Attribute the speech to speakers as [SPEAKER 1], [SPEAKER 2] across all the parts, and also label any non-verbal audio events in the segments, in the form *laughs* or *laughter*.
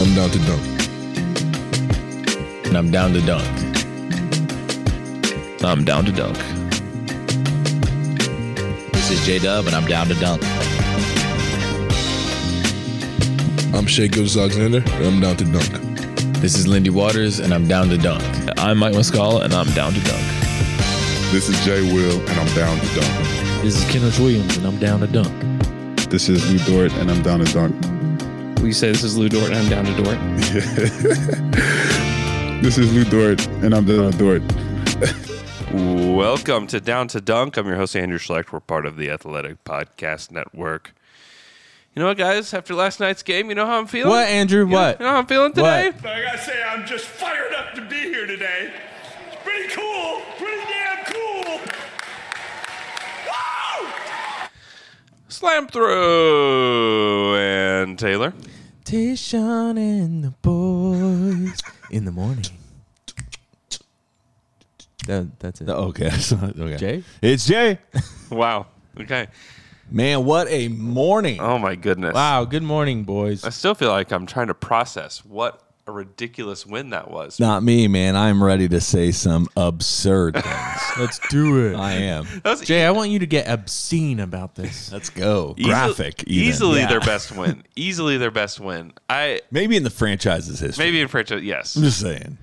[SPEAKER 1] I'm down to dunk.
[SPEAKER 2] And I'm down to dunk. I'm down to dunk. This is J Dub, and I'm down to dunk.
[SPEAKER 1] I'm Shea Gilgis Alexander, and I'm down to dunk.
[SPEAKER 2] This is Lindy Waters, and I'm down to dunk. I'm Mike Muscala, and I'm down to dunk.
[SPEAKER 1] This is Jay Will, and I'm down to dunk.
[SPEAKER 2] This is Kenneth Williams, and I'm down to dunk.
[SPEAKER 3] This is Lou Dort, and I'm down to dunk.
[SPEAKER 4] We say this is Lou Dort and I'm down to Dort.
[SPEAKER 3] *laughs* This is Lou Dort, and I'm down to Dort.
[SPEAKER 5] Welcome to Down to Dunk. I'm your host, Andrew Schlecht. We're part of the Athletic Podcast Network. You know what, guys? After last night's game, you know how I'm feeling?
[SPEAKER 4] What, Andrew?
[SPEAKER 5] You know-
[SPEAKER 4] What?
[SPEAKER 5] You know how I'm feeling today?
[SPEAKER 4] What?
[SPEAKER 6] I gotta say, I'm just fired up to be here today. It's pretty cool, pretty damn cool. Woo!
[SPEAKER 5] Slam through. And Taylor.
[SPEAKER 4] Tishon and the boys in the morning. That, that's it.
[SPEAKER 1] Okay. *laughs* okay.
[SPEAKER 4] Jay?
[SPEAKER 1] It's Jay.
[SPEAKER 5] Wow. Okay.
[SPEAKER 1] Man, what a morning.
[SPEAKER 5] Oh, my goodness.
[SPEAKER 4] Wow. Good morning, boys.
[SPEAKER 5] I still feel like I'm trying to process what a ridiculous win that was.
[SPEAKER 1] Not me, man. I'm ready to say some absurd things.
[SPEAKER 4] *laughs* Let's do it.
[SPEAKER 1] I am.
[SPEAKER 5] That was
[SPEAKER 4] Jay, I want you to get obscene about this.
[SPEAKER 1] *laughs* Let's go.
[SPEAKER 5] easily-
[SPEAKER 1] Graphic. even.
[SPEAKER 5] Easily
[SPEAKER 1] Yeah.
[SPEAKER 5] their best win. easily their best win. I
[SPEAKER 1] Maybe in the franchise's history.
[SPEAKER 5] maybe in franchise, yes.
[SPEAKER 1] I'm just saying.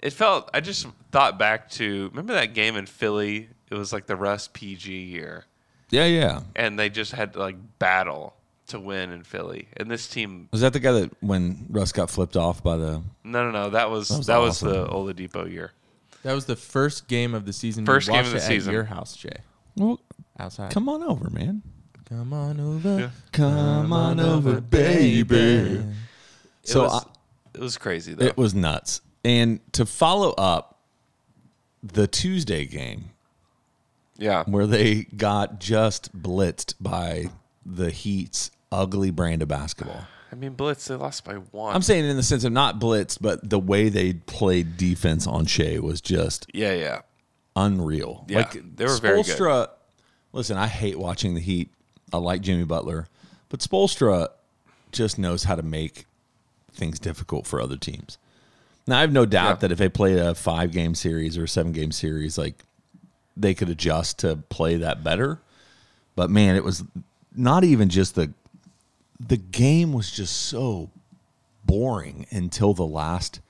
[SPEAKER 5] It felt. I just thought back to remember that game in Philly. It was like the Russ PG year,
[SPEAKER 1] Yeah, yeah.
[SPEAKER 5] and they just had to like battle to win in Philly. And this team,
[SPEAKER 1] Was that the guy that when Russ got flipped off by the?
[SPEAKER 5] no, no, no, that was that was,
[SPEAKER 1] was
[SPEAKER 5] the Oladipo year.
[SPEAKER 4] That was the first game of the season. We
[SPEAKER 5] First game
[SPEAKER 4] watched
[SPEAKER 5] of the
[SPEAKER 4] it at
[SPEAKER 5] season.
[SPEAKER 4] Your house, Jay.
[SPEAKER 1] Well,
[SPEAKER 4] Outside.
[SPEAKER 1] come on over, man.
[SPEAKER 4] Come on over.
[SPEAKER 1] Come on over, baby.
[SPEAKER 5] It
[SPEAKER 1] So
[SPEAKER 5] was,
[SPEAKER 1] I-
[SPEAKER 5] it was crazy though.
[SPEAKER 1] It was nuts. And to follow up the Tuesday game
[SPEAKER 5] yeah,
[SPEAKER 1] where they got just blitzed by the Heat's ugly brand of basketball.
[SPEAKER 5] I mean Blitz. They lost by one.
[SPEAKER 1] I'm saying in the sense of not blitzed, but the way they played defense on Shea was just
[SPEAKER 5] yeah, yeah.
[SPEAKER 1] unreal.
[SPEAKER 5] Yeah, they were very good.
[SPEAKER 1] Spoelstra- Listen, I hate watching the Heat. I like Jimmy Butler, but Spolstra just knows how to make things difficult for other teams. Now I have no doubt
[SPEAKER 5] Yeah.
[SPEAKER 1] that if they played a five game series or a seven game series, like they could adjust to play that better. But man, it was not even just the the game was just so boring until the last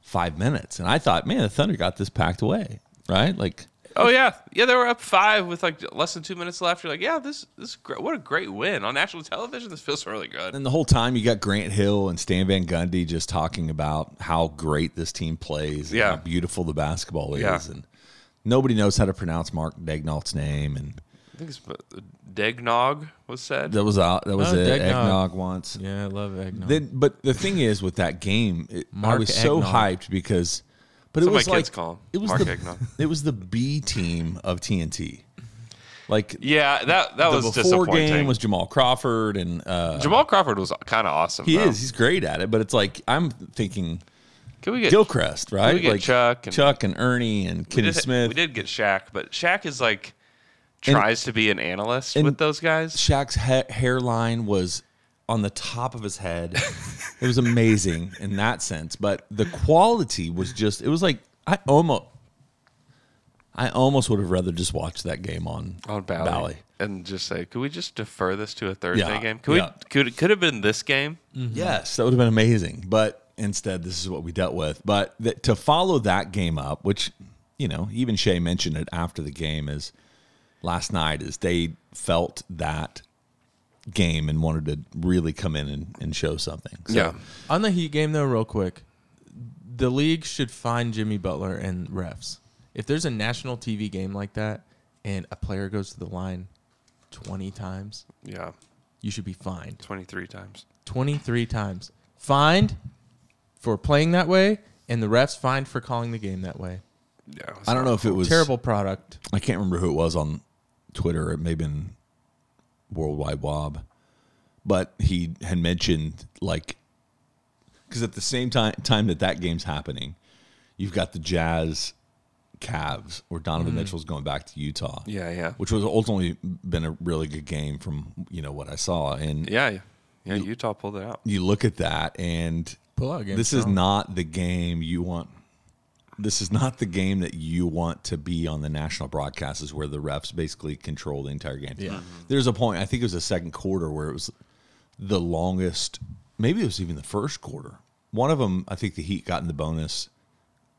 [SPEAKER 1] five minutes. And I thought, man, the Thunder got this packed away, right? Like
[SPEAKER 5] Oh yeah, yeah. They were up five with like less than two minutes left. You're like, yeah, this this is gr- what a great win on national television. This feels really good.
[SPEAKER 1] And the whole time you got Grant Hill and Stan Van Gundy just talking about how great this team plays and
[SPEAKER 5] Yeah.
[SPEAKER 1] how beautiful the basketball is.
[SPEAKER 5] Yeah.
[SPEAKER 1] And nobody knows how to pronounce Mark Dagnall's name. And
[SPEAKER 5] I think it's uh, Degnog was said.
[SPEAKER 1] that was out. That was
[SPEAKER 4] Oh,
[SPEAKER 1] it.
[SPEAKER 4] Daigneault.
[SPEAKER 1] Eggnog once.
[SPEAKER 4] Yeah, I love eggnog.
[SPEAKER 1] Then, but the thing is with that game, it, I
[SPEAKER 4] Mark
[SPEAKER 1] was so
[SPEAKER 4] Eggnog.
[SPEAKER 1] hyped because, but it
[SPEAKER 5] That's what
[SPEAKER 1] was
[SPEAKER 5] my
[SPEAKER 1] like
[SPEAKER 5] kids call him,
[SPEAKER 1] it was
[SPEAKER 5] Mark
[SPEAKER 1] the
[SPEAKER 5] Eggnog.
[SPEAKER 1] *laughs* it was the B team of TNT. Like
[SPEAKER 5] yeah, that that was
[SPEAKER 1] the before
[SPEAKER 5] disappointing.
[SPEAKER 1] game was Jamal Crawford and uh,
[SPEAKER 5] Jamal Crawford was kind of awesome.
[SPEAKER 1] he
[SPEAKER 5] though.
[SPEAKER 1] is he's great at it. But it's like I'm thinking
[SPEAKER 5] Can *laughs* we get
[SPEAKER 1] Gilchrist, right?
[SPEAKER 5] We get Chuck and-
[SPEAKER 1] Chuck and Ernie and
[SPEAKER 5] we
[SPEAKER 1] Kenny
[SPEAKER 5] did,
[SPEAKER 1] Smith.
[SPEAKER 5] We did get Shaq, but Shaq is like tries to be an analyst
[SPEAKER 1] and-
[SPEAKER 5] with those guys.
[SPEAKER 1] Shaq's ha- hairline was on the top of
[SPEAKER 5] *laughs*
[SPEAKER 1] his head. it was amazing in that sense, but the quality was just. It was like I almost, I almost would have rather just watched that game on
[SPEAKER 5] On Bally. And just say, could we just defer this to a Thursday
[SPEAKER 1] Yeah,
[SPEAKER 5] game? Could
[SPEAKER 1] yeah.
[SPEAKER 5] we? Could it could have been this game?
[SPEAKER 1] Yes, that would have been amazing. But instead, this is what we dealt with. But th- to follow that game up, which you know, even Shea mentioned it after the game is last night is they felt that game and wanted to really come in and, and show something. So,
[SPEAKER 4] On the Heat game, though, real quick, the league should find Jimmy Butler and refs. If there's a national TV game like that and a player goes to the line 20 times,
[SPEAKER 5] yeah.
[SPEAKER 4] you should be fined
[SPEAKER 5] 23 times.
[SPEAKER 4] 23 times. Fined for playing that way, and the refs fined for calling the game that way.
[SPEAKER 5] Yeah.
[SPEAKER 1] I don't know if it was
[SPEAKER 4] Terrible product.
[SPEAKER 1] I can't remember who it was on Twitter. It may have been Worldwide Wob, but he had mentioned like because at the same time time that that game's happening, you've got the Jazz, Cavs, where Donovan
[SPEAKER 4] Mm-hmm.
[SPEAKER 1] Mitchell's going back to Utah.
[SPEAKER 5] Yeah, yeah.
[SPEAKER 1] which was ultimately been a really good game from you know what I saw, and
[SPEAKER 5] Yeah. yeah. Yeah, Utah pulled it out.
[SPEAKER 1] you look at that and
[SPEAKER 4] Pull out game.
[SPEAKER 1] this is
[SPEAKER 4] strong.
[SPEAKER 1] not the game you want. This is not the game that you want to be on the national broadcast. Is where the refs basically control the entire game.
[SPEAKER 4] Yeah. Mhm.
[SPEAKER 5] Mm-hmm.
[SPEAKER 1] there's a point. I think it was the second quarter where it was the longest. Maybe it was even the first quarter. One of them, I think the Heat got in the bonus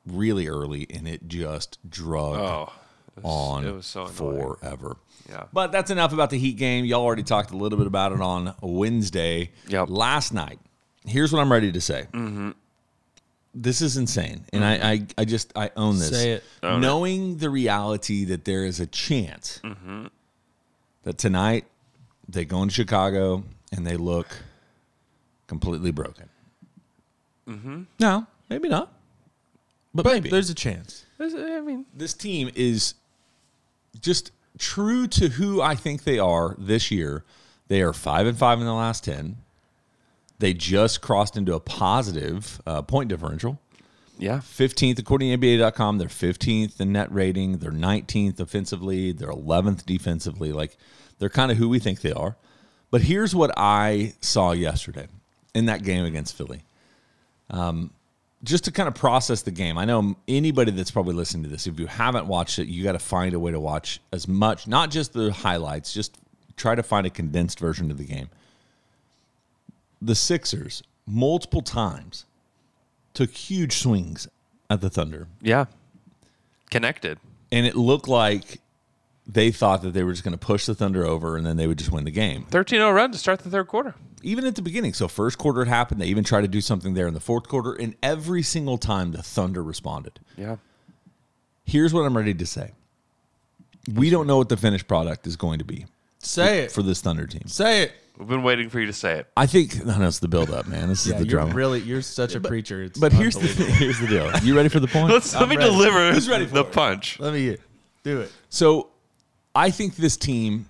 [SPEAKER 1] really early, and it just drug
[SPEAKER 5] Oh, it was-
[SPEAKER 1] on
[SPEAKER 5] It was so annoying.
[SPEAKER 1] forever.
[SPEAKER 5] Yeah.
[SPEAKER 1] But that's enough about the Heat game. Y'all already talked a little bit about it on Wednesday.
[SPEAKER 5] Yep.
[SPEAKER 1] Last night. Here's what I'm ready to say. This is insane. And I, I, I just, I own this.
[SPEAKER 4] Say it.
[SPEAKER 1] Knowing the reality that there is a chance that tonight they go into Chicago and they look completely broken. No, maybe not. But,
[SPEAKER 4] But
[SPEAKER 1] maybe
[SPEAKER 4] there's a chance.
[SPEAKER 5] I mean,
[SPEAKER 1] this team is just true to who I think they are this year. They are five and five in the last ten. They just crossed into a positive uh, point differential.
[SPEAKER 5] yeah.
[SPEAKER 1] 15th, according to NBA.com, they're 15th in net rating. They're 19th offensively. They're 11th defensively. Like they're kind of who we think they are. But here's what I saw yesterday in that game against Philly. Um, just to kind of process the game, I know anybody that's probably listening to this, if you haven't watched it, you got to find a way to watch as much, not just the highlights, just try to find a condensed version of the game. The Sixers, multiple times, took huge swings at the Thunder,
[SPEAKER 5] Yeah. Connected.
[SPEAKER 1] and it looked like they thought that they were just going to push the Thunder over and then they would just win the game.
[SPEAKER 5] 13 0 run to start the third quarter.
[SPEAKER 1] Even at the beginning, so first quarter it happened. They even tried to do something there in the fourth quarter, and every single time the Thunder responded.
[SPEAKER 5] Yeah.
[SPEAKER 1] Here's what I'm ready to say: we don't know what the finished product is going to be
[SPEAKER 4] Say it.
[SPEAKER 1] for this Thunder team.
[SPEAKER 4] Say it.
[SPEAKER 5] We've been waiting for you to say it.
[SPEAKER 1] I think *laughs* no, no, it's the buildup, man. This is
[SPEAKER 4] Yeah,
[SPEAKER 1] the
[SPEAKER 4] you're
[SPEAKER 1] drama.
[SPEAKER 4] really you're such a preacher. It's
[SPEAKER 1] but here's the *laughs*
[SPEAKER 4] unbelievable.
[SPEAKER 1] here's the deal. You ready for
[SPEAKER 4] *laughs*
[SPEAKER 1] the point?
[SPEAKER 5] Let's let me
[SPEAKER 4] ready.
[SPEAKER 5] deliver the punch.
[SPEAKER 4] let me do it.
[SPEAKER 1] So I think this team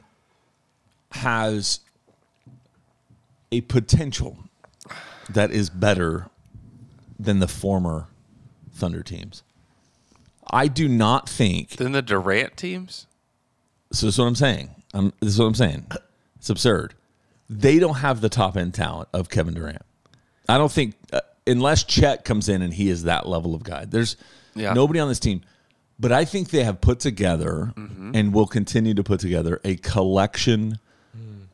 [SPEAKER 1] has a potential that is better than the former Thunder teams. I do not think
[SPEAKER 5] Then the Durant teams.
[SPEAKER 1] so this is what I'm saying. I'm, this is what I'm saying. It's absurd. They don't have the top end talent of Kevin Durant. I don't think uh, unless Chet comes in and he is that level of guy. There's
[SPEAKER 5] Yeah.
[SPEAKER 1] nobody on this team, but I think they have put together and will continue to put together a collection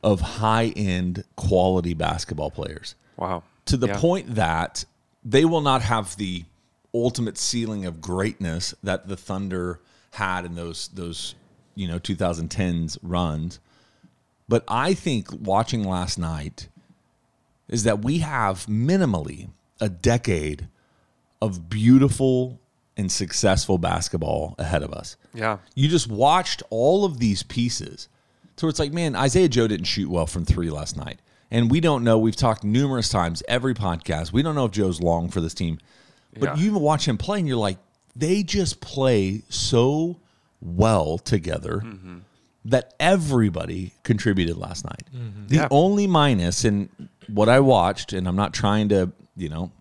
[SPEAKER 1] of high end quality basketball players
[SPEAKER 5] Wow.
[SPEAKER 1] to the
[SPEAKER 5] Yeah.
[SPEAKER 1] point that they will not have the ultimate ceiling of greatness that the Thunder had in those those you know 2010s runs. But I think watching last night is that we have minimally a decade of beautiful and successful basketball ahead of us.
[SPEAKER 5] Yeah.
[SPEAKER 1] You just watched all of these pieces. So it's like, man, Isaiah Joe didn't shoot well from three last night. And we don't know. We've talked numerous times, every podcast. We don't know if Joe's long for this team. But
[SPEAKER 5] Yeah.
[SPEAKER 1] you even watch him play and you're like, they just play so well together
[SPEAKER 5] Mm-hmm.
[SPEAKER 1] that everybody contributed last night. The
[SPEAKER 5] Mm-hmm. Yeah.
[SPEAKER 1] only minus in what I watched, and I'm not trying to, you know,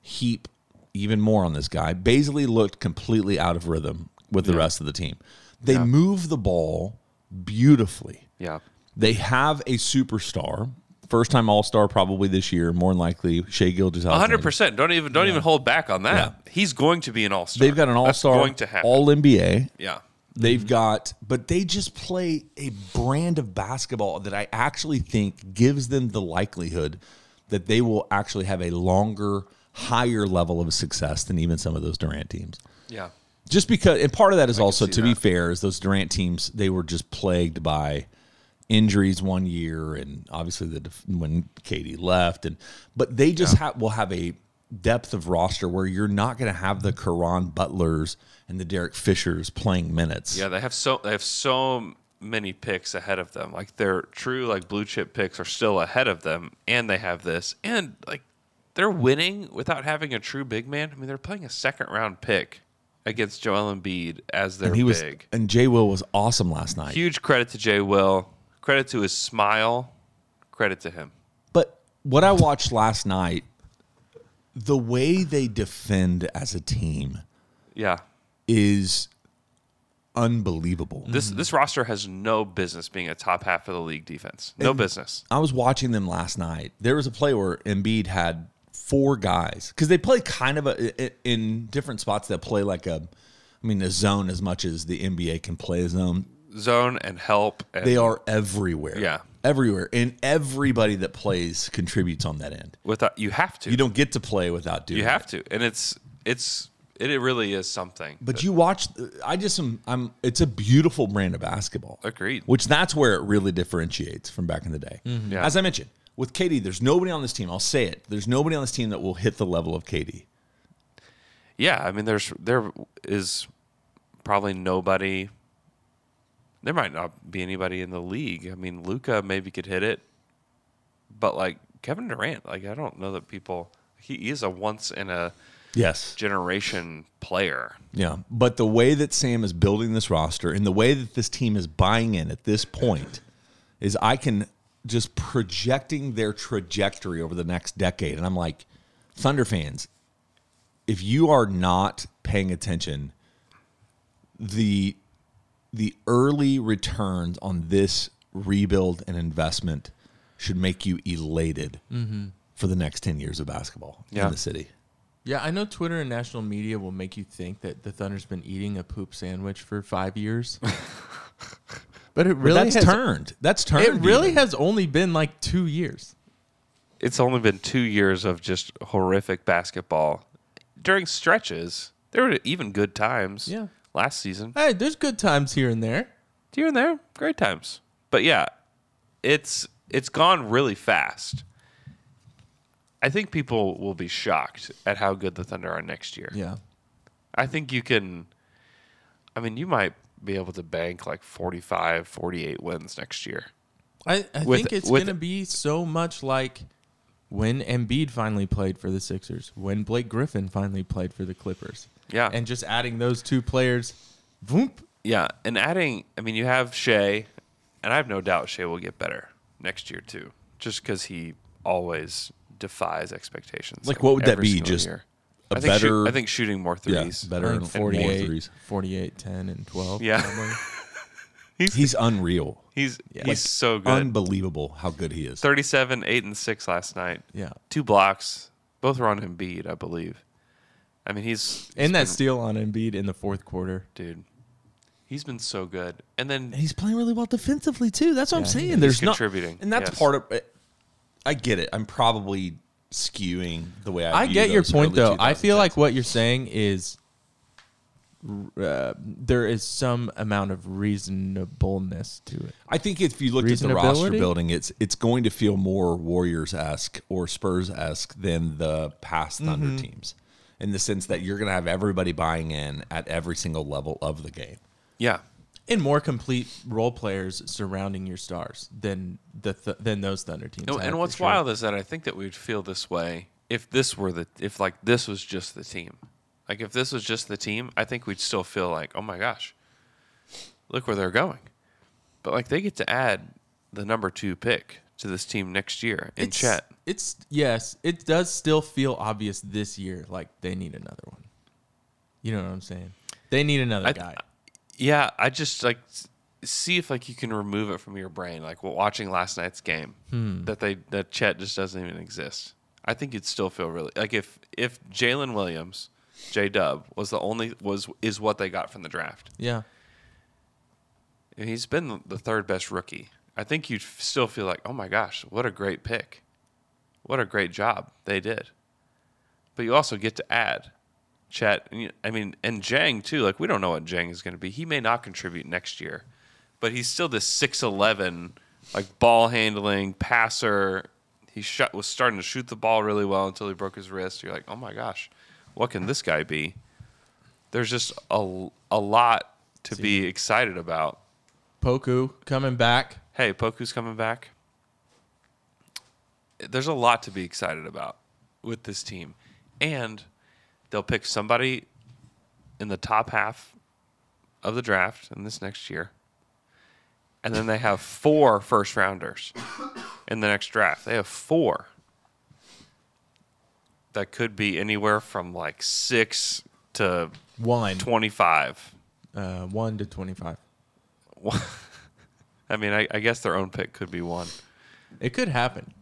[SPEAKER 1] heap even more on this guy. Basically looked completely out of rhythm with the rest of the team. They move the ball beautifully.
[SPEAKER 5] Yeah.
[SPEAKER 1] They have a superstar, first time All Star probably this year, more than likely Shea Gilgis.
[SPEAKER 5] hundred percent. Don't even don't even hold back on that. He's going to be an all star.
[SPEAKER 1] They've got an All Star,
[SPEAKER 5] going to happen. Mm-hmm.
[SPEAKER 1] All NBA.
[SPEAKER 5] yeah,
[SPEAKER 1] They've got, but they just play a brand of basketball that I actually think gives them the likelihood that they will actually have a longer, higher level of success than even some of those Durant teams.
[SPEAKER 5] yeah,
[SPEAKER 1] just because and part of that is also
[SPEAKER 5] see
[SPEAKER 1] to be
[SPEAKER 5] that.
[SPEAKER 1] fair is those durant teams they were just plagued by injuries one year and obviously the def- when katie left and but they just ha- will have a depth of roster where you're not going to have the Karan butlers and the derek fishers playing minutes
[SPEAKER 5] yeah. They have so they have so many picks ahead of them. Like their true like blue chip picks are still ahead of them, and they have this, and like they're winning without having a true big man. I mean, they're playing a second round pick against Joel Embiid as their
[SPEAKER 1] And he was
[SPEAKER 5] big.
[SPEAKER 1] and Jay Will was awesome last night.
[SPEAKER 5] Huge credit to Jay Will. Credit to his smile. Credit to him.
[SPEAKER 1] But what I watched last night, the way they defend as a team
[SPEAKER 5] Yeah.
[SPEAKER 1] is unbelievable.
[SPEAKER 5] This this roster has no business being a top half of the league defense. No business.
[SPEAKER 1] I was watching them last night. There was a play where Embiid had four guys because they play kind of a i- in different spots that play like a, I mean, a zone as much as the NBA can play a zone.
[SPEAKER 5] Zone and help. And
[SPEAKER 1] They are everywhere.
[SPEAKER 5] Yeah.
[SPEAKER 1] Everywhere. And everybody that plays contributes on that end.
[SPEAKER 5] without you have to.
[SPEAKER 1] You don't get to play without doing
[SPEAKER 5] You
[SPEAKER 1] it.
[SPEAKER 5] have to. And it's it's it, it really is something.
[SPEAKER 1] But you watch, I just am. I'm. It's a beautiful brand of basketball.
[SPEAKER 5] Agreed. Mm-hmm.
[SPEAKER 1] Which that's where it really differentiates from back in the day.
[SPEAKER 5] Yeah.
[SPEAKER 1] As I mentioned with KD, there's nobody on this team. I'll say it. There's nobody on this team that will hit the level of KD.
[SPEAKER 5] yeah, I mean there's there is probably nobody there might not be anybody in the league. I mean Luca maybe could hit it. But like Kevin Durant, like I don't know that people he, he is a once in a
[SPEAKER 1] Yes.
[SPEAKER 5] generation player.
[SPEAKER 1] Yeah. But the way that Sam is building this roster and the way that this team is buying in at this point is I can just projecting their trajectory over the next decade. And I'm like, Thunder fans, if you are not paying attention, the the early returns on this rebuild and investment should make you elated
[SPEAKER 4] Mm-hmm.
[SPEAKER 1] for the next 10 years of basketball
[SPEAKER 5] Yeah.
[SPEAKER 1] in the city.
[SPEAKER 4] Yeah, I know Twitter and national media will make you think that the Thunder's been eating a poop sandwich for five *laughs* years. but it really
[SPEAKER 1] that's
[SPEAKER 4] has
[SPEAKER 1] turned. That's turned.
[SPEAKER 4] It really
[SPEAKER 1] even.
[SPEAKER 4] has only been like two years.
[SPEAKER 5] it's only been two years of just horrific basketball. During stretches, there were even good times.
[SPEAKER 4] Yeah.
[SPEAKER 5] Last season,
[SPEAKER 4] Hey, there's good times here and there.
[SPEAKER 5] here and there, great times. But yeah, it's it's gone really fast. I think people will be shocked at how good the Thunder are next year.
[SPEAKER 4] Yeah.
[SPEAKER 5] I think you can I mean, you might be able to bank like 45, 48 wins next year.
[SPEAKER 4] I, I
[SPEAKER 5] With-
[SPEAKER 4] think it's
[SPEAKER 5] with-
[SPEAKER 4] going to be so much like when Embiid finally played for the Sixers, when Blake Griffin finally played for the Clippers.
[SPEAKER 5] Yeah.
[SPEAKER 4] And just adding those two players, voomp.
[SPEAKER 5] Yeah, and adding, I mean, you have Shea, and I have no doubt Shea will get better next year too, just because he always defies expectations.
[SPEAKER 1] Like, what would that
[SPEAKER 5] every
[SPEAKER 1] be?
[SPEAKER 5] single
[SPEAKER 1] Just
[SPEAKER 5] year.
[SPEAKER 1] a
[SPEAKER 5] I think shoot-
[SPEAKER 1] better-
[SPEAKER 5] I think shooting more
[SPEAKER 1] Yeah,
[SPEAKER 5] threes.
[SPEAKER 1] better and more
[SPEAKER 4] 48,
[SPEAKER 1] threes.
[SPEAKER 4] 48, 10, and 12.
[SPEAKER 5] Yeah.
[SPEAKER 4] probably.
[SPEAKER 1] He's unreal.
[SPEAKER 5] *laughs* He's he's
[SPEAKER 4] Like,
[SPEAKER 5] so good.
[SPEAKER 1] Unbelievable how good he is.
[SPEAKER 5] Thirty-seven, eight, and six last night.
[SPEAKER 4] Yeah.
[SPEAKER 5] two blocks. Both were on Embiid, I believe. I mean, he's
[SPEAKER 4] And that steal on Embiid in the fourth quarter.
[SPEAKER 5] dude. He's been so good, and then
[SPEAKER 1] He's playing really well defensively too. That's what I'm saying.
[SPEAKER 5] is.
[SPEAKER 1] There's
[SPEAKER 5] He's
[SPEAKER 1] not-
[SPEAKER 5] contributing,
[SPEAKER 1] and that's
[SPEAKER 5] yes.
[SPEAKER 1] part of. I get it. I'm probably skewing the way I.
[SPEAKER 4] I
[SPEAKER 1] view
[SPEAKER 4] get your
[SPEAKER 1] those
[SPEAKER 4] point though.
[SPEAKER 1] early
[SPEAKER 4] I
[SPEAKER 1] 2000s
[SPEAKER 4] feel like what you're saying is uh, there is some amount of reasonableness to it.
[SPEAKER 1] I think if you looked at the roster
[SPEAKER 4] Reasonability?
[SPEAKER 1] building, it's it's going to feel more Warriors esque or Spurs esque than the past
[SPEAKER 4] Mm-hmm.
[SPEAKER 1] Thunder teams, in the sense that you're going to have everybody buying in at every single level of the game.
[SPEAKER 5] yeah,
[SPEAKER 4] And more complete role players surrounding your stars than the th- than those Thunder teams.
[SPEAKER 5] No,
[SPEAKER 4] have,
[SPEAKER 5] Oh, and
[SPEAKER 4] for
[SPEAKER 5] what's
[SPEAKER 4] sure.
[SPEAKER 5] wild is that I think that we'd feel this way if this were the if like this was just the team. Like if this was just the team, I think we'd still feel like, oh my gosh, look where they're going. But like they get to add the number two pick to this team next year in
[SPEAKER 4] it's,
[SPEAKER 5] Chet.
[SPEAKER 4] It's yes, it does still feel obvious this year. Like they need another one. You know what I'm saying? They need another
[SPEAKER 5] I-
[SPEAKER 4] guy.
[SPEAKER 5] Yeah, I just like s- see if like you can remove it from your brain. Like wa- watching last night's game, that they that Chet just doesn't even exist. I think you'd still feel really like if if Jalen Williams, J Dub was the only was is what they got from the draft.
[SPEAKER 4] yeah.
[SPEAKER 5] And He's been the third best rookie. I think you'd f- still feel like, oh my gosh, what a great pick. What a great job they did. But you also get to add Chet. and you- I mean, and Jang too. Like, we don't know what Jang is going to be. He may not contribute next year, but he's still this 6'11, like ball handling, passer. He shot, was starting to shoot the ball really well until he broke his wrist. You're like, oh my gosh, what can this guy be? There's just a, a lot to be excited about
[SPEAKER 4] Poku coming back.
[SPEAKER 5] Hey, Poku's coming back. There's a lot to be excited about with this team. And they'll pick somebody in the top half of the draft in this next year. And then they have four first rounders in the next draft. They have four. That could be anywhere from like six to
[SPEAKER 4] One.
[SPEAKER 5] 25.
[SPEAKER 4] Uh, one to 25.
[SPEAKER 5] I mean, I, I guess their own pick could be one.
[SPEAKER 4] It could happen.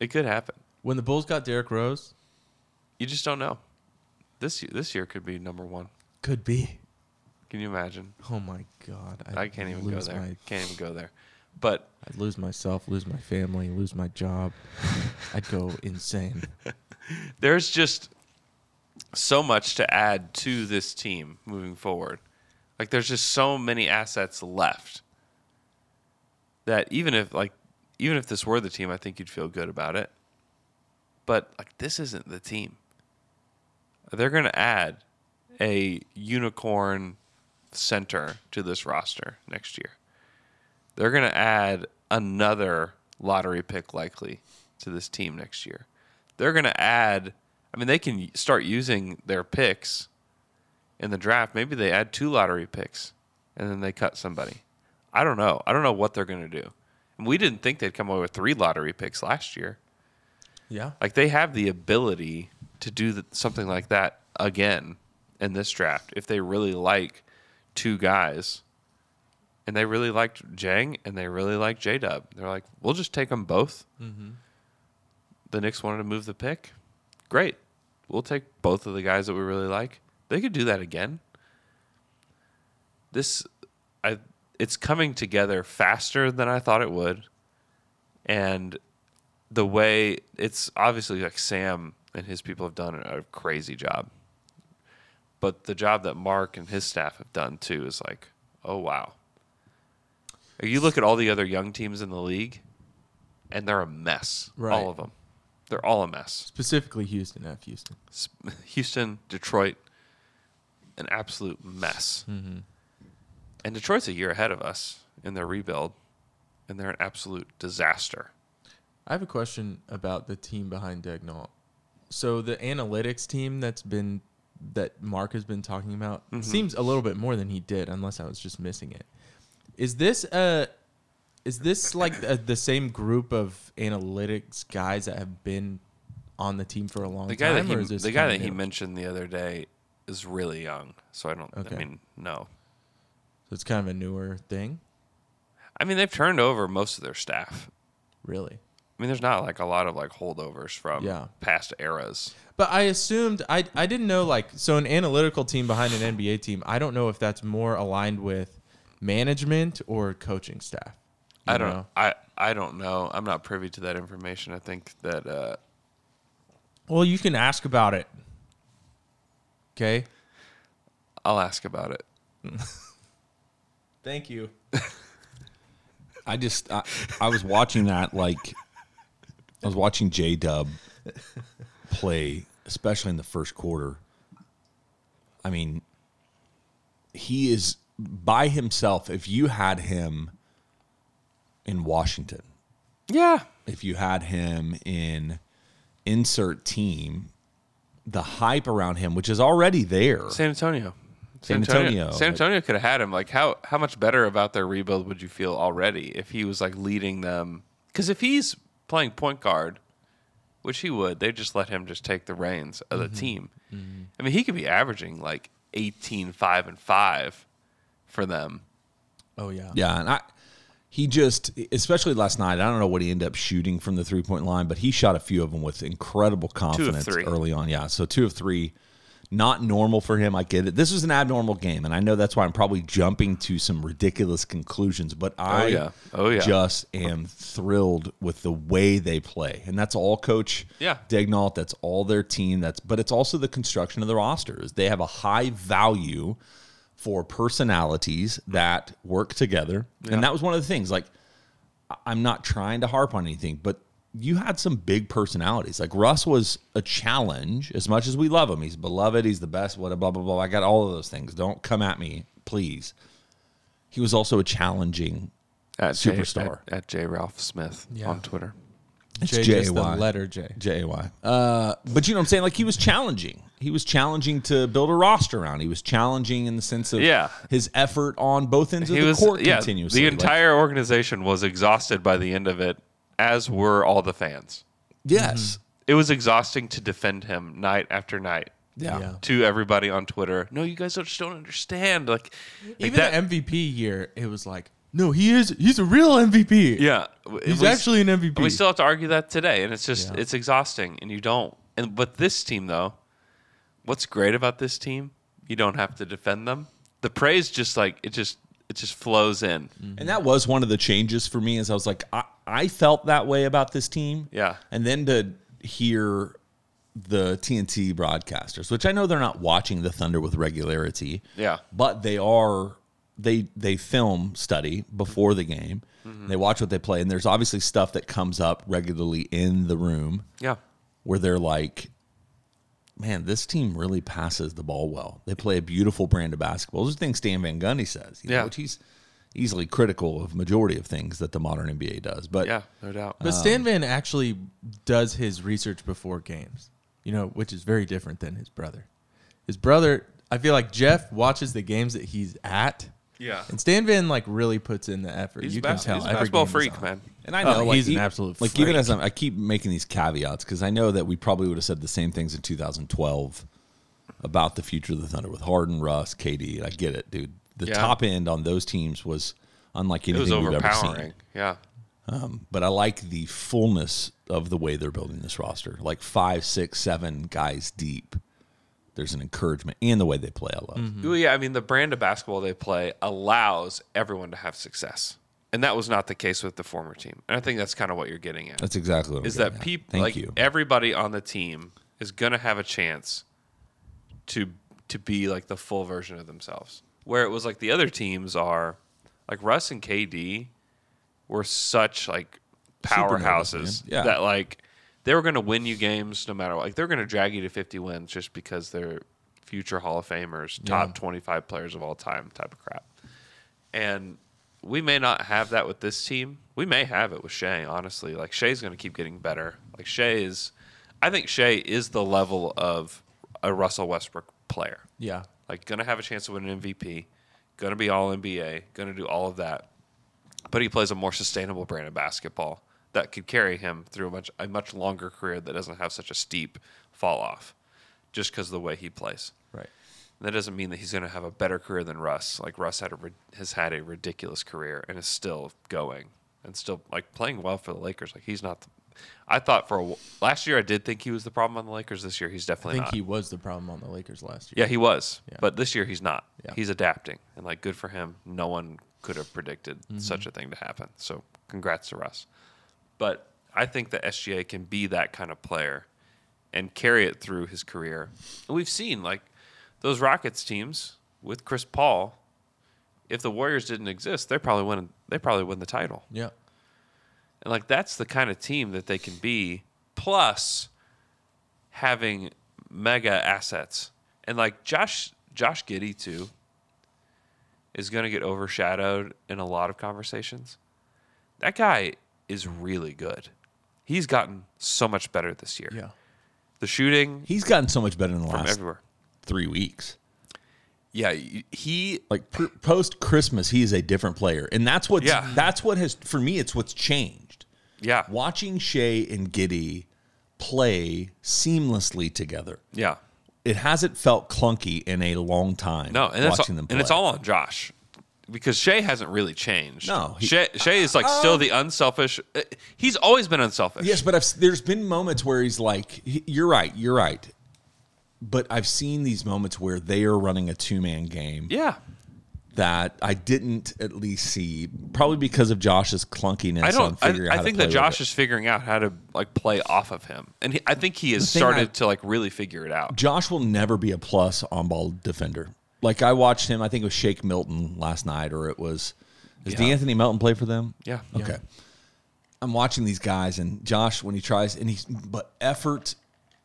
[SPEAKER 5] It could happen.
[SPEAKER 4] When the Bulls got Derrick Rose,
[SPEAKER 5] You just don't know. This y- this year could be number one.
[SPEAKER 4] could be.
[SPEAKER 5] Can you imagine?
[SPEAKER 4] Oh my God. I'd
[SPEAKER 5] I can't even go
[SPEAKER 4] lose
[SPEAKER 5] there.
[SPEAKER 4] my-
[SPEAKER 5] Can't even go there. But
[SPEAKER 4] I'd lose myself, lose my family, lose
[SPEAKER 5] *laughs*
[SPEAKER 4] my job. I'd go insane.
[SPEAKER 5] there's just so much to add to this team moving forward. Like there's just so many assets left that even if like even if this were the team, I think you'd feel good about it. But like this isn't the team. They're going to add a unicorn center to this roster next year. They're going to add another lottery pick likely to this team next year. They're going to add, I mean, they can start using their picks in the draft. Maybe they add two lottery picks and then they cut somebody. I don't know. I don't know what they're going to do. And we didn't think they'd come away with three lottery picks last year.
[SPEAKER 4] Yeah.
[SPEAKER 5] Like they have the ability to do th- something like that again in this draft if they really like two guys. And they really liked Jang and they really like J Dub. They're like, we'll just take them both. The Knicks wanted to move the pick. Great. We'll take both of the guys that we really like. They could do that again. This, I, it's coming together faster than I thought it would. And the way it's obviously like Sam and his people have done a crazy job, but the job that Mark and his staff have done too is like, oh wow. You look at all the other young teams in the league, and they're a mess.
[SPEAKER 4] Right.
[SPEAKER 5] All of them, they're all a mess.
[SPEAKER 4] Specifically Houston, F Houston.
[SPEAKER 5] S- Houston, Detroit, an absolute mess.
[SPEAKER 4] Mm-hmm.
[SPEAKER 5] And Detroit's a year ahead of us in their rebuild, and they're an absolute disaster.
[SPEAKER 4] I have a question about the team behind Degnault. So the analytics team that's been that Mark has been talking about
[SPEAKER 5] Mm-hmm.
[SPEAKER 4] seems a little bit more than he did, unless I was just missing it. Is this uh is this like a, the same group of analytics guys that have been on the team for a long
[SPEAKER 5] the guy
[SPEAKER 4] time?
[SPEAKER 5] that he
[SPEAKER 4] or is this
[SPEAKER 5] the guy
[SPEAKER 4] kinda
[SPEAKER 5] that he
[SPEAKER 4] new?
[SPEAKER 5] mentioned the other day is really young, so I don't.
[SPEAKER 4] Okay.
[SPEAKER 5] I mean, no.
[SPEAKER 4] So it's kind of a newer thing,
[SPEAKER 5] I mean, they've turned over most of their staff.
[SPEAKER 4] really.
[SPEAKER 5] I mean, there's not like a lot of like holdovers from
[SPEAKER 4] Yeah.
[SPEAKER 5] past eras.
[SPEAKER 4] But I assumed I I didn't know like so an analytical team behind an NBA team. I don't know if that's more aligned with management or coaching staff.
[SPEAKER 5] I
[SPEAKER 4] you
[SPEAKER 5] don't. I I don't know. I'm not privy to that information. I think that uh,
[SPEAKER 4] Well, you can ask about it. Okay.
[SPEAKER 5] I'll ask about it.
[SPEAKER 4] Thank you.
[SPEAKER 1] I just I, I was watching that like I was watching J Dub play, especially in the first quarter. I mean, he is by himself. If you had him in Washington,
[SPEAKER 5] Yeah.
[SPEAKER 1] if you had him in insert team, the hype around him, which is already there,
[SPEAKER 5] San Antonio.
[SPEAKER 1] San Antonio.
[SPEAKER 5] San Antonio could have had him. Like, how how much better about their rebuild would you feel already if he was like leading them? Because if he's playing point guard, which he would, they just let him just take the reins of
[SPEAKER 1] Mm-hmm.
[SPEAKER 5] the team. I mean, he could be averaging like 18, 5, and 5 for them.
[SPEAKER 4] Oh yeah.
[SPEAKER 1] Yeah, and I he just especially last night, I don't know what he ended up shooting from the three point line, but he shot a few of them with incredible confidence
[SPEAKER 5] three.
[SPEAKER 1] early on. Yeah. So two of three. Not normal for him. I get it. This was an abnormal game, and I know that's why I'm probably jumping to some ridiculous conclusions, but I
[SPEAKER 5] yeah. Oh, yeah.
[SPEAKER 1] just am thrilled with the way they play. And that's all coach
[SPEAKER 5] Yeah.
[SPEAKER 1] Degnault, that's all their team. That's but it's also the construction of the rosters. They have a high value for personalities that work together. And that was one of the things. Like, I- I'm not trying to harp on anything, but you had some big personalities. Like, Russ was a challenge as much as we love him. He's beloved. He's the best. What a blah, blah, blah. I got all of those things. Don't come at me, please. He was also a challenging.
[SPEAKER 5] At J-
[SPEAKER 1] Superstar.
[SPEAKER 5] at, at J Ralph Smith
[SPEAKER 4] Yeah.
[SPEAKER 5] on Twitter.
[SPEAKER 1] It's
[SPEAKER 4] J, just the letter J.
[SPEAKER 1] JY. Uh, but you know what I'm saying? Like he was challenging. He was challenging to build a roster around. He was challenging in the sense of
[SPEAKER 5] Yeah.
[SPEAKER 1] his effort on both ends of
[SPEAKER 5] He
[SPEAKER 1] the
[SPEAKER 5] was
[SPEAKER 1] court
[SPEAKER 5] yeah.
[SPEAKER 1] continuously.
[SPEAKER 5] The
[SPEAKER 1] Like,
[SPEAKER 5] entire organization was exhausted by the end of it, as were all the fans. Mm-hmm.
[SPEAKER 1] yes.
[SPEAKER 5] It was exhausting to defend him night after night.
[SPEAKER 1] Yeah.
[SPEAKER 4] Yeah.
[SPEAKER 5] To everybody on Twitter, no, you guys just don't understand. Like, like
[SPEAKER 4] Even
[SPEAKER 5] that,
[SPEAKER 4] the MVP year, it was like, no, he is he's a real MVP.
[SPEAKER 5] yeah, it
[SPEAKER 4] He's
[SPEAKER 5] was-
[SPEAKER 4] actually an MVP.
[SPEAKER 5] And we still have to argue that today, and it's just
[SPEAKER 4] Yeah.
[SPEAKER 5] it's exhausting, and you don't. And but this team though, what's great about this team? You don't have to defend them. The praise just like it just it just flows in.
[SPEAKER 4] Mm.
[SPEAKER 1] And that was one of the changes for me is I was like, I, I felt that way about this team.
[SPEAKER 5] Yeah.
[SPEAKER 1] And then to hear the TNT broadcasters, which I know they're not watching the Thunder with regularity.
[SPEAKER 5] Yeah.
[SPEAKER 1] But they are they they film study before the game.
[SPEAKER 5] Mm-hmm.
[SPEAKER 1] They watch what they play. And there's obviously stuff that comes up regularly in the room
[SPEAKER 5] Yeah,
[SPEAKER 1] where they're like, man, this team really passes the ball well. They play a beautiful brand of basketball. Those are things Stan Van Gundy says, you know,
[SPEAKER 5] Yeah.
[SPEAKER 1] which he's easily critical of majority of things that the modern NBA does. But
[SPEAKER 5] yeah, no doubt.
[SPEAKER 1] Um,
[SPEAKER 4] But Stan Van actually does his research before games, you know, which is very different than his brother. His brother, I feel like Jeff watches the games that he's at.
[SPEAKER 5] Yeah.
[SPEAKER 4] And Stan Van like really puts in the effort.
[SPEAKER 5] He's,
[SPEAKER 4] you
[SPEAKER 5] a
[SPEAKER 4] can
[SPEAKER 5] bas-
[SPEAKER 4] tell.
[SPEAKER 5] he's a
[SPEAKER 4] every
[SPEAKER 5] basketball
[SPEAKER 4] game is
[SPEAKER 5] freak,
[SPEAKER 4] on.
[SPEAKER 5] man.
[SPEAKER 1] And I know
[SPEAKER 4] Oh,
[SPEAKER 1] like,
[SPEAKER 4] he's an
[SPEAKER 1] e-
[SPEAKER 4] absolute
[SPEAKER 1] like
[SPEAKER 4] freak.
[SPEAKER 1] even as I'm, I keep making these caveats because I know that we probably would have said the same things in 2012 about the future of the Thunder with Harden, Russ, KD. I get it, dude. The
[SPEAKER 5] Yeah.
[SPEAKER 1] top end on those teams was unlike
[SPEAKER 5] It
[SPEAKER 1] anything
[SPEAKER 5] was
[SPEAKER 1] we've ever seen.
[SPEAKER 5] overpowering. Yeah,
[SPEAKER 1] but I like the fullness of the way they're building this roster. Like five, six, seven guys deep. There's an encouragement and the way they play. I love.
[SPEAKER 5] well, yeah. I mean, the brand of basketball they play allows everyone to have success, and that was not the case with the former team. And I think that's kind of what you're getting at.
[SPEAKER 1] That's exactly what I'm
[SPEAKER 5] is
[SPEAKER 1] getting
[SPEAKER 5] that
[SPEAKER 1] at.
[SPEAKER 5] people
[SPEAKER 1] Thank
[SPEAKER 5] like e-,
[SPEAKER 1] you.
[SPEAKER 5] everybody on the team is gonna have a chance to to be like the full version of themselves. Where it was like the other teams are like Russ and KD were such like powerhouses
[SPEAKER 1] man. Yeah.
[SPEAKER 5] that like they were gonna win you games no matter what. Like they're gonna drag you to fifty wins just because they're future Hall of Famers, top twenty five players of all time type of crap. And we may not have that with this team. We may have it with Shea, honestly. Like Shea's going to keep getting better. Like Shea is, I think Shea is the level of a Russell Westbrook player.
[SPEAKER 4] Yeah.
[SPEAKER 5] Like going to have a chance to win an MVP, going to be all NBA, going to do all of that. But he plays a more sustainable brand of basketball that could carry him through a much a much longer career that doesn't have such a steep fall off, just because of the way he plays.
[SPEAKER 4] Right.
[SPEAKER 5] That doesn't mean that he's going to have a better career than Russ. Like Russ had a rid- has had a ridiculous career and is still going and still like playing well for the Lakers. Like he's not. The, I thought for a, wh- last year I did think he was the problem on the Lakers. This year he's
[SPEAKER 4] I
[SPEAKER 5] definitely
[SPEAKER 4] think
[SPEAKER 5] not.
[SPEAKER 4] he was the problem on the Lakers last year.
[SPEAKER 5] yeah, he was,
[SPEAKER 4] Yeah.
[SPEAKER 5] but this year he's not.
[SPEAKER 4] Yeah.
[SPEAKER 5] He's adapting and like good for him. No one could have predicted
[SPEAKER 4] Mm-hmm.
[SPEAKER 5] such a thing to happen. So congrats to Russ. But I think that SGA can be that kind of player and carry it through his career. And we've seen like those Rockets teams with Chris Paul. If the Warriors didn't exist, they probably win. They probably win the title.
[SPEAKER 4] Yeah.
[SPEAKER 5] And like that's the kind of team that they can be, plus having mega assets. And like Josh Josh Giddy too is gonna get overshadowed in a lot of conversations. That guy is really good. He's gotten so much better this year.
[SPEAKER 4] Yeah.
[SPEAKER 5] The shooting
[SPEAKER 1] He's gotten so much better in the
[SPEAKER 5] from
[SPEAKER 1] last
[SPEAKER 5] everywhere.
[SPEAKER 1] three weeks.
[SPEAKER 5] Yeah, y- he
[SPEAKER 1] Like pr- post Christmas, he is a different player, and that's what
[SPEAKER 5] Yeah.
[SPEAKER 1] that's what has for me. It's what's changed.
[SPEAKER 5] yeah.
[SPEAKER 1] Watching Shea and Giddy play seamlessly together,
[SPEAKER 5] Yeah.
[SPEAKER 1] it hasn't felt clunky in a long time.
[SPEAKER 5] No, and that's
[SPEAKER 1] watching
[SPEAKER 5] all,
[SPEAKER 1] them play.
[SPEAKER 5] and it's all on Josh because Shea hasn't really changed.
[SPEAKER 1] No, he- Um,
[SPEAKER 5] Shea, Shea is like still the unselfish. uh, He's always been unselfish.
[SPEAKER 1] Yes, but I've there's been moments where he's like, "Y- "You're right, you're right," but I've seen these moments where they are running a two man game
[SPEAKER 5] yeah,
[SPEAKER 1] that I didn't at least see, probably because of Josh's clunkiness.
[SPEAKER 5] I
[SPEAKER 1] On
[SPEAKER 5] don't.
[SPEAKER 1] figuring
[SPEAKER 5] I,
[SPEAKER 1] out
[SPEAKER 5] I
[SPEAKER 1] how
[SPEAKER 5] think
[SPEAKER 1] to play
[SPEAKER 5] that
[SPEAKER 1] with
[SPEAKER 5] Josh
[SPEAKER 1] it.
[SPEAKER 5] is figuring out how to like play off of him, and he, I think he has
[SPEAKER 1] The thing I-
[SPEAKER 5] started to like really figure it out.
[SPEAKER 1] Josh will never be a plus on ball defender. Like I watched him, I think it was Shake Milton last night, or it was. Does
[SPEAKER 5] Yeah.
[SPEAKER 1] D'Anthony Melton play for them?
[SPEAKER 5] Yeah.
[SPEAKER 1] Okay. I'm watching these guys, and Josh, when he tries, and he's but effort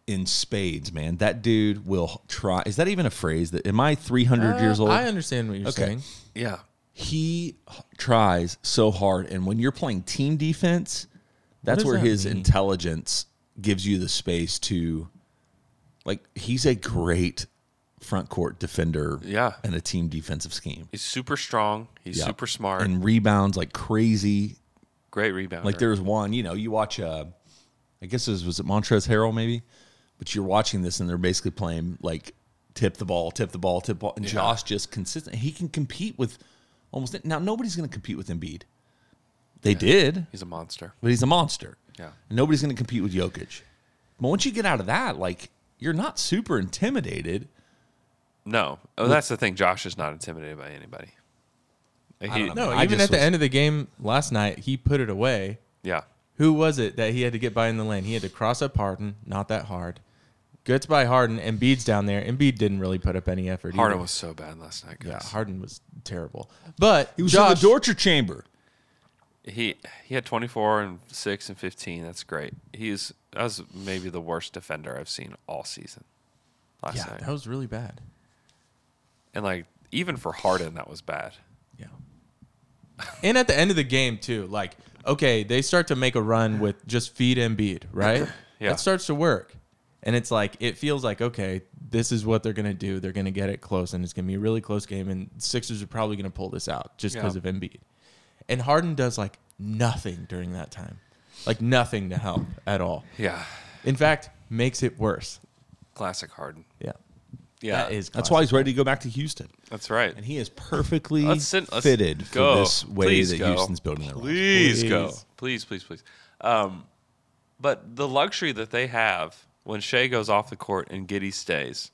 [SPEAKER 1] in spades, man. That dude will try. Is that even a phrase? That am I 300 years
[SPEAKER 4] Uh,
[SPEAKER 1] old?
[SPEAKER 4] I understand what you're
[SPEAKER 1] Okay.
[SPEAKER 4] saying.
[SPEAKER 5] Yeah,
[SPEAKER 1] He h- tries so hard, and when you're playing team defense, that's
[SPEAKER 4] does
[SPEAKER 1] where
[SPEAKER 4] that
[SPEAKER 1] his
[SPEAKER 4] mean?
[SPEAKER 1] intelligence gives you the space to, like, he's a great front court defender.
[SPEAKER 5] Yeah.
[SPEAKER 1] in a team defensive scheme.
[SPEAKER 5] He's super strong. He's
[SPEAKER 1] Yeah.
[SPEAKER 5] super smart.
[SPEAKER 1] and rebounds like crazy.
[SPEAKER 5] great rebounder.
[SPEAKER 1] Like there's one, you know, you watch. Uh, I guess it was, was it Montrezl Harrell maybe, but you're watching this and they're basically playing like tip the ball, tip the ball, tip ball, and Josh just consistent. He can compete with almost now. Nobody's going to compete with Embiid. They did,
[SPEAKER 5] he's a monster.
[SPEAKER 1] but he's a monster.
[SPEAKER 5] Yeah.
[SPEAKER 1] nobody's going to compete with Jokic. But once you get out of that, like you're not super intimidated.
[SPEAKER 5] No, oh, that's the thing. Josh is not intimidated by anybody. He-
[SPEAKER 4] No,
[SPEAKER 1] I
[SPEAKER 4] even at
[SPEAKER 1] just
[SPEAKER 4] the
[SPEAKER 1] was-
[SPEAKER 4] end of the game last night, he put it away.
[SPEAKER 5] Yeah.
[SPEAKER 4] Who was it that he had to get by in the lane? He had to cross up Harden, not that hard. Gets by Harden, Embiid's down there. Embiid didn't really put up any effort.
[SPEAKER 5] Harden
[SPEAKER 4] either.
[SPEAKER 5] was so bad last night,
[SPEAKER 4] yeah,
[SPEAKER 5] guys.
[SPEAKER 4] Harden was terrible. But
[SPEAKER 1] He was
[SPEAKER 4] Josh,
[SPEAKER 1] in the torture chamber.
[SPEAKER 5] He he had 24 and 6 and 15. That's great. He's that's maybe the worst defender I've seen all season. Last
[SPEAKER 4] Yeah,
[SPEAKER 5] night.
[SPEAKER 4] that was really bad.
[SPEAKER 5] and like even for Harden that was bad.
[SPEAKER 4] Yeah. and at the end of the game too, like okay, they start to make a run with just feed Embiid, right?
[SPEAKER 5] *clears throat* Yeah.
[SPEAKER 4] That starts to work, and it's like it feels like okay, this is what they're gonna do. They're gonna get it close, and it's gonna be a really close game. And Sixers are probably gonna pull this out just because
[SPEAKER 5] Yeah.
[SPEAKER 4] of Embiid. And Harden does like nothing during that time, like nothing to help at all.
[SPEAKER 5] Yeah.
[SPEAKER 4] In fact, makes it worse.
[SPEAKER 5] Classic Harden.
[SPEAKER 4] Yeah.
[SPEAKER 5] Yeah.
[SPEAKER 4] That is
[SPEAKER 1] That's
[SPEAKER 4] classic.
[SPEAKER 1] why he's ready to go back to Houston.
[SPEAKER 5] That's right.
[SPEAKER 1] and he is perfectly
[SPEAKER 5] Let's sit- let's
[SPEAKER 1] fitted
[SPEAKER 5] go.
[SPEAKER 1] for this way
[SPEAKER 5] Please
[SPEAKER 1] that
[SPEAKER 5] go.
[SPEAKER 1] Houston's building their roster.
[SPEAKER 5] please, go.
[SPEAKER 4] Please.
[SPEAKER 5] Please, please, please. Um, but the luxury that they have when Shea goes off the court and Giddy stays,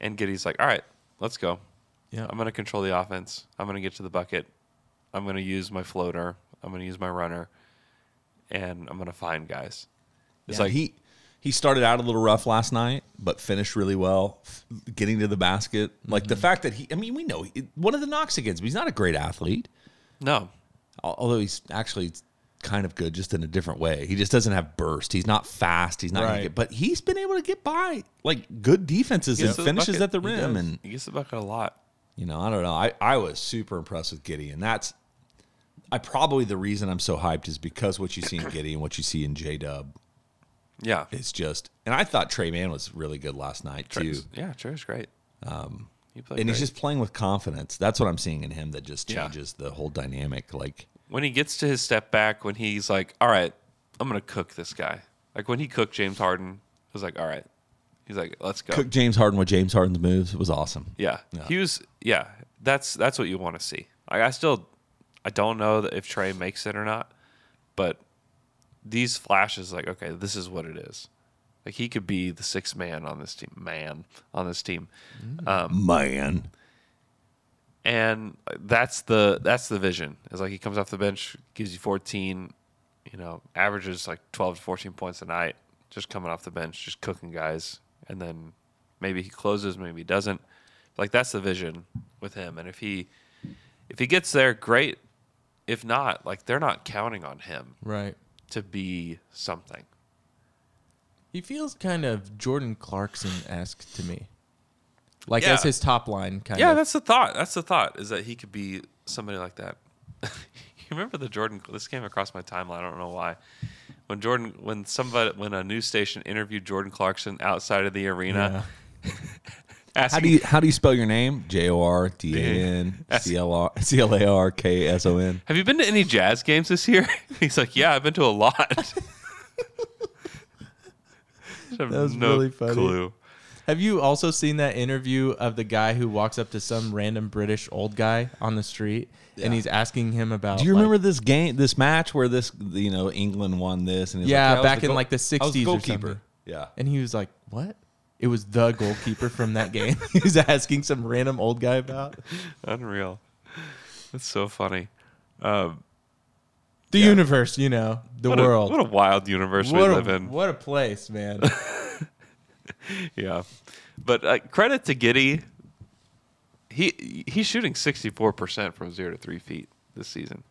[SPEAKER 5] and Giddy's like, all right, let's go.
[SPEAKER 4] Yeah.
[SPEAKER 5] I'm going to control the offense. I'm going to get to the bucket. I'm going to use my floater. I'm going to use my runner. And I'm going to find guys. It's
[SPEAKER 1] It's like
[SPEAKER 5] like,
[SPEAKER 1] he he started out a little rough last night, but finished really well, f- getting to the basket. Like
[SPEAKER 5] Mm-hmm.
[SPEAKER 1] the fact that he, I mean, we know he- one of the knocks against him, he's not a great athlete,
[SPEAKER 5] no,
[SPEAKER 1] al- although he's actually kind of good, just in a different way. He just doesn't have burst. He's not fast. He's not. gonna
[SPEAKER 4] Right.
[SPEAKER 1] Get, but he's been able to get by like good defenses
[SPEAKER 5] Gets
[SPEAKER 1] and
[SPEAKER 5] to the
[SPEAKER 1] finishes
[SPEAKER 5] bucket.
[SPEAKER 1] at the
[SPEAKER 5] He
[SPEAKER 1] rim and
[SPEAKER 5] he gets the bucket a lot.
[SPEAKER 1] You know, I don't know. I, I was super impressed with Giddy, and that's I probably the reason I'm so hyped is because what you
[SPEAKER 5] *clears throat*
[SPEAKER 1] see in Giddy and what you see in J Dub
[SPEAKER 5] Yeah.
[SPEAKER 1] is just. And I thought Trey Man was really good last night too,
[SPEAKER 5] Yeah, Trey's great. Um, he played
[SPEAKER 1] and he's
[SPEAKER 5] great.
[SPEAKER 1] just playing with confidence. That's what I'm seeing in him that just
[SPEAKER 5] Yeah.
[SPEAKER 1] changes the whole dynamic. Like
[SPEAKER 5] when he gets to his step back, when he's like, "All right, I'm gonna cook this guy," like when he cooked James Harden, I was like, "All right," he's like, "Let's go."
[SPEAKER 1] cook James Harden with James Harden's moves was awesome.
[SPEAKER 5] Yeah. he was. Yeah, that's that's what you want to see. Like, I still, I don't know that if Trey makes it or not, but these flashes, like, okay, this is what it is. Like he could be the sixth man on this team, man on this team,
[SPEAKER 4] Uh,
[SPEAKER 1] man.
[SPEAKER 5] and that's the that's the vision. It's like he comes off the bench, gives you 14, you know, averages like 12 to 14 points a night, just coming off the bench, just cooking guys, and then maybe he closes, maybe he doesn't. Like that's the vision with him, and if he if he gets there, great. If not, like they're not counting on him
[SPEAKER 4] right.
[SPEAKER 5] to be something.
[SPEAKER 4] He feels kind of Jordan Clarkson esque to me. Like
[SPEAKER 5] Yeah.
[SPEAKER 4] as his top line kind
[SPEAKER 5] Yeah,
[SPEAKER 4] of.
[SPEAKER 5] that's the thought. That's the thought is that he could be somebody like that. *laughs* you remember the Jordan? This came across my timeline. I don't know why. When Jordan, when somebody, when a news station interviewed Jordan Clarkson outside of the arena, *laughs*
[SPEAKER 1] How
[SPEAKER 5] asking,
[SPEAKER 1] do you how do you spell your name? J O R D
[SPEAKER 4] *laughs*
[SPEAKER 1] A N C L R C L A R K S O N.
[SPEAKER 5] "Have you been to any jazz games this year?" *laughs* He's like, "Yeah, I've been to a lot." *laughs* that
[SPEAKER 4] was really funny. Have you also seen that interview of the guy who walks up to some random British old guy on the street and he's asking him about?
[SPEAKER 1] Do you remember
[SPEAKER 4] Like,
[SPEAKER 1] this game, this match where this, you know, England won this? And he was
[SPEAKER 4] Yeah,
[SPEAKER 1] like, "I was
[SPEAKER 4] back
[SPEAKER 1] the
[SPEAKER 4] in, like, the
[SPEAKER 1] I was
[SPEAKER 4] 60s or something."
[SPEAKER 1] Yeah,
[SPEAKER 4] and he was like, "What?" It was the goalkeeper from that game. *laughs* he was asking some random old guy about
[SPEAKER 5] Unreal. That's so funny. Uh,
[SPEAKER 4] the universe. You know, the
[SPEAKER 5] What a,
[SPEAKER 4] world.
[SPEAKER 5] what a wild universe
[SPEAKER 4] What
[SPEAKER 5] we
[SPEAKER 4] a-
[SPEAKER 5] live in.
[SPEAKER 4] what a
[SPEAKER 5] *laughs*
[SPEAKER 4] place, man.
[SPEAKER 5] Yeah, but uh, credit to Giddy. He he's shooting sixty four percent from zero to three feet this season.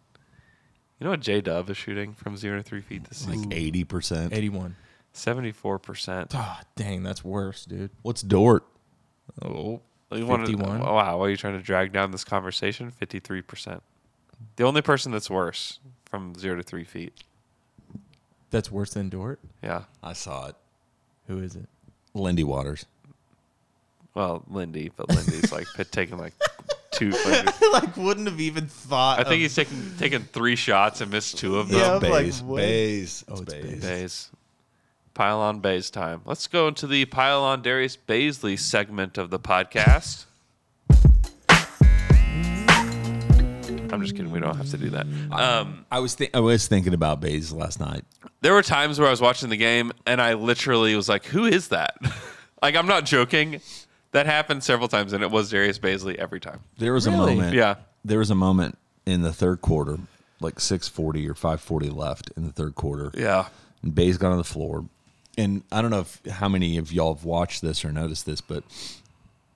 [SPEAKER 5] You know what J Dub is shooting from zero to three feet this season?
[SPEAKER 1] like eighty percent.
[SPEAKER 4] Eighty-one. Ah,
[SPEAKER 5] Seventy four percent.
[SPEAKER 4] Oh, dang, that's worse, dude.
[SPEAKER 1] What's Dort?
[SPEAKER 4] Oh,
[SPEAKER 5] You wanna-
[SPEAKER 4] 51?
[SPEAKER 5] wow, why are you trying to drag down this conversation? Fifty-three percent. The only person that's worse from zero to three feet.
[SPEAKER 4] That's worse than Dort.
[SPEAKER 5] Yeah.
[SPEAKER 1] I saw it.
[SPEAKER 4] Who is it?
[SPEAKER 1] Lindy Waters.
[SPEAKER 5] Well, Lindy, but Lindy's like *laughs* p- taking like two. like,
[SPEAKER 4] *laughs* like wouldn't have even thought.
[SPEAKER 5] I think he's taking taking three shots and missed two of them.
[SPEAKER 4] Yeah, I'm like,
[SPEAKER 1] Bays.
[SPEAKER 4] what?
[SPEAKER 1] Bays. Oh, it's
[SPEAKER 4] Bays.
[SPEAKER 1] Bays.
[SPEAKER 5] Bays. Pile on Bays time. Let's go into the Pile on Darius Baisley segment of the podcast. I'm just kidding. We don't have to do that. Um,
[SPEAKER 1] I was thi- I was thinking about Bays last night.
[SPEAKER 5] there were times where I was watching the game and I literally was like, who is that? *laughs* like, I'm not joking. That happened several times and it was Darius Baisley every time.
[SPEAKER 1] There was a
[SPEAKER 4] Really?
[SPEAKER 1] moment.
[SPEAKER 5] Yeah.
[SPEAKER 1] There was a moment in the third quarter, like six forty or five forty left in the third quarter.
[SPEAKER 5] Yeah.
[SPEAKER 1] and Bay's got on the floor. And I don't know if how many of y'all have watched this or noticed this, but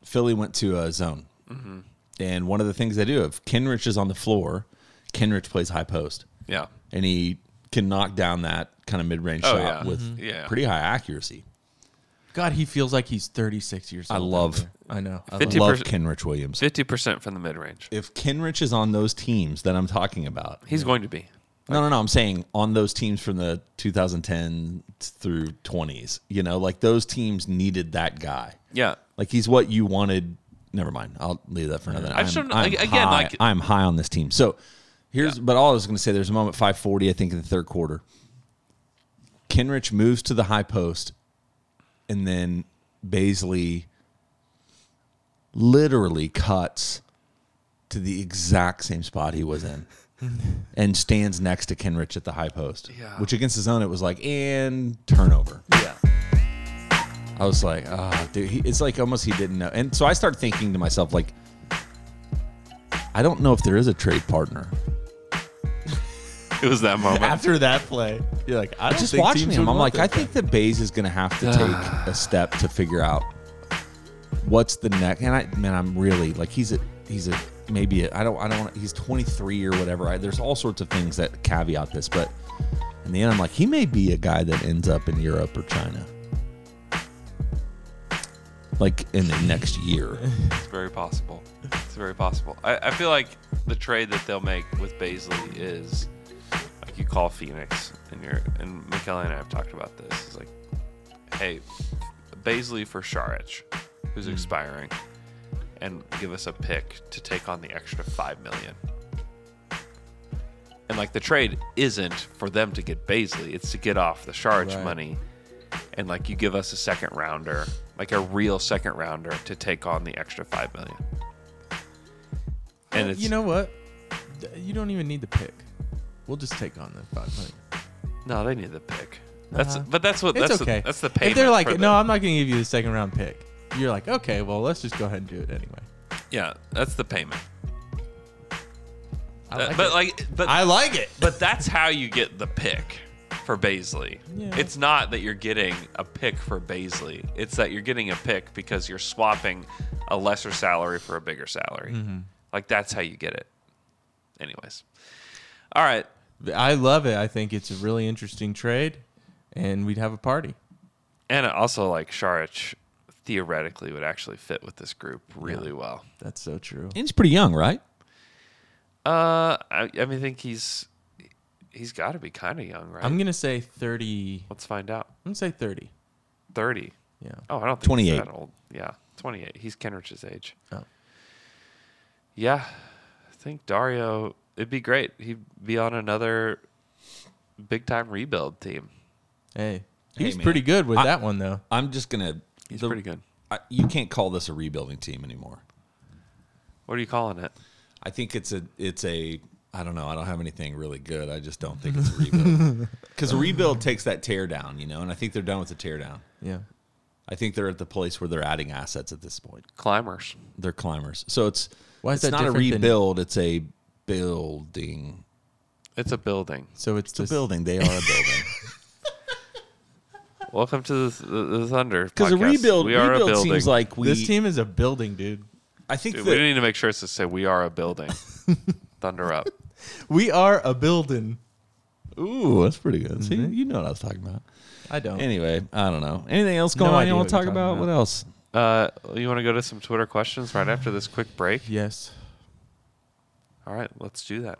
[SPEAKER 1] Philly went to a zone.
[SPEAKER 5] Mm-hmm.
[SPEAKER 1] And one of the things they do, if Kenrich is on the floor, Kenrich plays high post.
[SPEAKER 5] Yeah.
[SPEAKER 1] And he can knock down that kind of mid range
[SPEAKER 5] Oh, yeah.
[SPEAKER 1] shot with
[SPEAKER 5] Mhm. Yeah.
[SPEAKER 1] pretty high accuracy.
[SPEAKER 4] God, he feels like he's 36 years
[SPEAKER 1] I
[SPEAKER 4] old.
[SPEAKER 1] love-
[SPEAKER 4] out there. I know. I love
[SPEAKER 5] 50
[SPEAKER 1] Love
[SPEAKER 5] percent-
[SPEAKER 1] Kenrich Williams.
[SPEAKER 5] 50% from the mid range.
[SPEAKER 1] If Kenrich is on those teams that I'm talking about,
[SPEAKER 5] He's going to be.
[SPEAKER 1] no, no, no. I'm saying on those teams from the 2010 through 20s, you know, like those teams needed that guy.
[SPEAKER 5] Yeah.
[SPEAKER 1] Like he's what you wanted. Never mind. I'll leave that for another.
[SPEAKER 5] I just
[SPEAKER 1] I'm-
[SPEAKER 5] don't-
[SPEAKER 1] I'm
[SPEAKER 5] again,
[SPEAKER 1] high,
[SPEAKER 5] like-
[SPEAKER 1] I'm high on this team. So here's, but all I was going to say, there's a moment 540, I think, in the third quarter. Kenrich moves to the high post, and then Baisley literally cuts to the exact same spot he
[SPEAKER 5] *laughs*
[SPEAKER 1] was in. And stands next to Kenrich at the high post,
[SPEAKER 5] Yeah.
[SPEAKER 1] which against his own, it was like, and turnover. I was like, ah, dude, he, it's like almost he didn't know. And so I started thinking to myself, like, I don't know if there is a trade partner.
[SPEAKER 5] It was that moment.
[SPEAKER 4] After that play, you're like, I don't
[SPEAKER 1] Just
[SPEAKER 4] think
[SPEAKER 1] watching
[SPEAKER 4] teams
[SPEAKER 1] him,
[SPEAKER 4] would
[SPEAKER 1] I'm
[SPEAKER 4] want
[SPEAKER 1] like, I
[SPEAKER 4] this.
[SPEAKER 1] think that Bays is going to have to take a step to figure out what's the next. And I, man, I'm really like, he's a, he's a, maybe I I don't, I don't want. He's 23 or whatever. I, there's all sorts of things that caveat this, but in the end, I'm like, he may be a guy that ends up in Europe or China, like in the next year.
[SPEAKER 5] It's very possible. It's very possible. I, I feel like the trade that they'll make with Baisley is like you call Phoenix and you're and McKelly and I have talked about this. It's like, hey, Baisley for Sharich, who's
[SPEAKER 4] Hmm.
[SPEAKER 5] expiring, and give us a pick to take on the extra five million. And like the trade isn't for them to get Baisley, it's to get off the Sharich
[SPEAKER 4] Right.
[SPEAKER 5] money and like you give us a second rounder, like a real second rounder to take on the extra five million. And it's
[SPEAKER 4] you know what? Th- You don't even need the pick. We'll just take on the five million.
[SPEAKER 5] no, they need the pick. That's
[SPEAKER 4] Uh-huh.
[SPEAKER 5] but that's what
[SPEAKER 4] It's
[SPEAKER 5] that's
[SPEAKER 4] okay.
[SPEAKER 5] the, that's the payment.
[SPEAKER 4] If they're like,
[SPEAKER 5] for
[SPEAKER 4] no,
[SPEAKER 5] the-
[SPEAKER 4] I'm not going to give you the second round pick. You're like, okay, well, let's just go ahead and do it anyway.
[SPEAKER 5] yeah, that's the payment.
[SPEAKER 4] I
[SPEAKER 5] Uh,
[SPEAKER 4] like
[SPEAKER 5] but
[SPEAKER 4] it.
[SPEAKER 5] like, but
[SPEAKER 4] I like it.
[SPEAKER 5] but that's how you get the pick for Baisley.
[SPEAKER 4] Yeah.
[SPEAKER 5] It's not that you're getting a pick for Baisley. It's that you're getting a pick because you're swapping a lesser salary for a bigger salary.
[SPEAKER 4] Mm-hmm.
[SPEAKER 5] Like that's how you get it. Anyways, all right.
[SPEAKER 4] I love it. I think it's a really interesting trade, and we'd have a party.
[SPEAKER 5] And also, like Sharich theoretically would actually fit with this group really well.
[SPEAKER 4] That's so true.
[SPEAKER 1] And he's pretty young, right?
[SPEAKER 5] Uh, I, I mean, I think he's he's got to be kind of young, right?
[SPEAKER 4] I'm gonna say thirty. I'm
[SPEAKER 5] Let's find out.
[SPEAKER 4] gonna say thirty.
[SPEAKER 5] Thirty.
[SPEAKER 4] Yeah.
[SPEAKER 5] Oh, I don't think
[SPEAKER 1] 28.
[SPEAKER 5] he's that old. Yeah, twenty-eight. He's Kenrich's age.
[SPEAKER 4] Oh.
[SPEAKER 5] Yeah, I think Dario. It'd be great. He'd be on another big-time rebuild team.
[SPEAKER 4] Hey, he was
[SPEAKER 1] man.
[SPEAKER 4] pretty good with
[SPEAKER 1] I-
[SPEAKER 4] that one though.
[SPEAKER 1] I'm just gonna.
[SPEAKER 5] He's
[SPEAKER 1] the-
[SPEAKER 5] pretty good.
[SPEAKER 1] I, you can't call this a rebuilding team anymore.
[SPEAKER 5] What are you calling it?
[SPEAKER 1] I think it's a. It's a. I don't know. I don't have anything really good. I just don't think it's a rebuild because a rebuild takes that tear down, you know. And I think they're done with the tear down.
[SPEAKER 4] Yeah.
[SPEAKER 1] I think they're at the place where they're adding assets at this point.
[SPEAKER 5] Climbers.
[SPEAKER 1] They're climbers, so it's.
[SPEAKER 4] Why is that
[SPEAKER 1] it's not a
[SPEAKER 4] different than-
[SPEAKER 1] rebuild. It's a building.
[SPEAKER 5] It's a building.
[SPEAKER 4] So it's,
[SPEAKER 1] It's
[SPEAKER 4] just
[SPEAKER 1] a building. They are a *laughs* building.
[SPEAKER 5] Welcome to the, the, the Thunder.
[SPEAKER 1] Because a
[SPEAKER 5] podcast.
[SPEAKER 1] rebuild,
[SPEAKER 5] we are
[SPEAKER 1] rebuild
[SPEAKER 5] a building.
[SPEAKER 1] seems like we.
[SPEAKER 4] this team is a building, dude.
[SPEAKER 1] I think
[SPEAKER 5] Dude,
[SPEAKER 1] that,
[SPEAKER 5] we need to make sure it's to say we are a
[SPEAKER 1] *laughs*
[SPEAKER 5] building. Thunder up.
[SPEAKER 4] We are a building.
[SPEAKER 1] Ooh, that's pretty good. See, you know what I was talking about.
[SPEAKER 4] Mm-hmm. I don't.
[SPEAKER 1] Anyway, I don't know. Anything else going
[SPEAKER 4] No
[SPEAKER 1] on
[SPEAKER 4] idea
[SPEAKER 1] you
[SPEAKER 4] what
[SPEAKER 1] want
[SPEAKER 4] you're
[SPEAKER 1] to talk
[SPEAKER 4] talking
[SPEAKER 1] about? What
[SPEAKER 4] about.
[SPEAKER 1] else?
[SPEAKER 5] Uh, you want to go to some Twitter questions right after this quick break?
[SPEAKER 4] Yes.
[SPEAKER 5] All right, let's do that.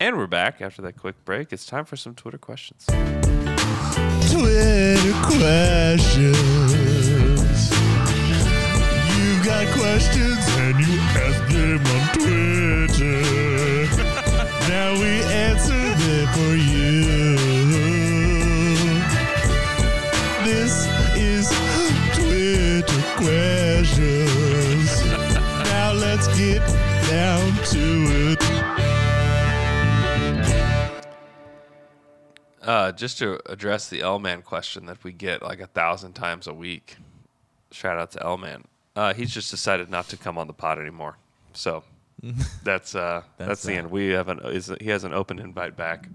[SPEAKER 5] And we're back after that quick break. It's time for some Twitter questions.
[SPEAKER 7] Twitter questions. You got questions and you ask them on Twitter. *laughs* now we answer them for you. This is Twitter questions. now let's get down to it.
[SPEAKER 5] Uh, just to address the L man question that we get like a thousand times a week. Shout out to L man. Uh, he's just decided not to come on the pod anymore.
[SPEAKER 4] *laughs*
[SPEAKER 5] So that's uh, that's, the
[SPEAKER 4] uh,
[SPEAKER 5] end. We have an is, he has an open invite back.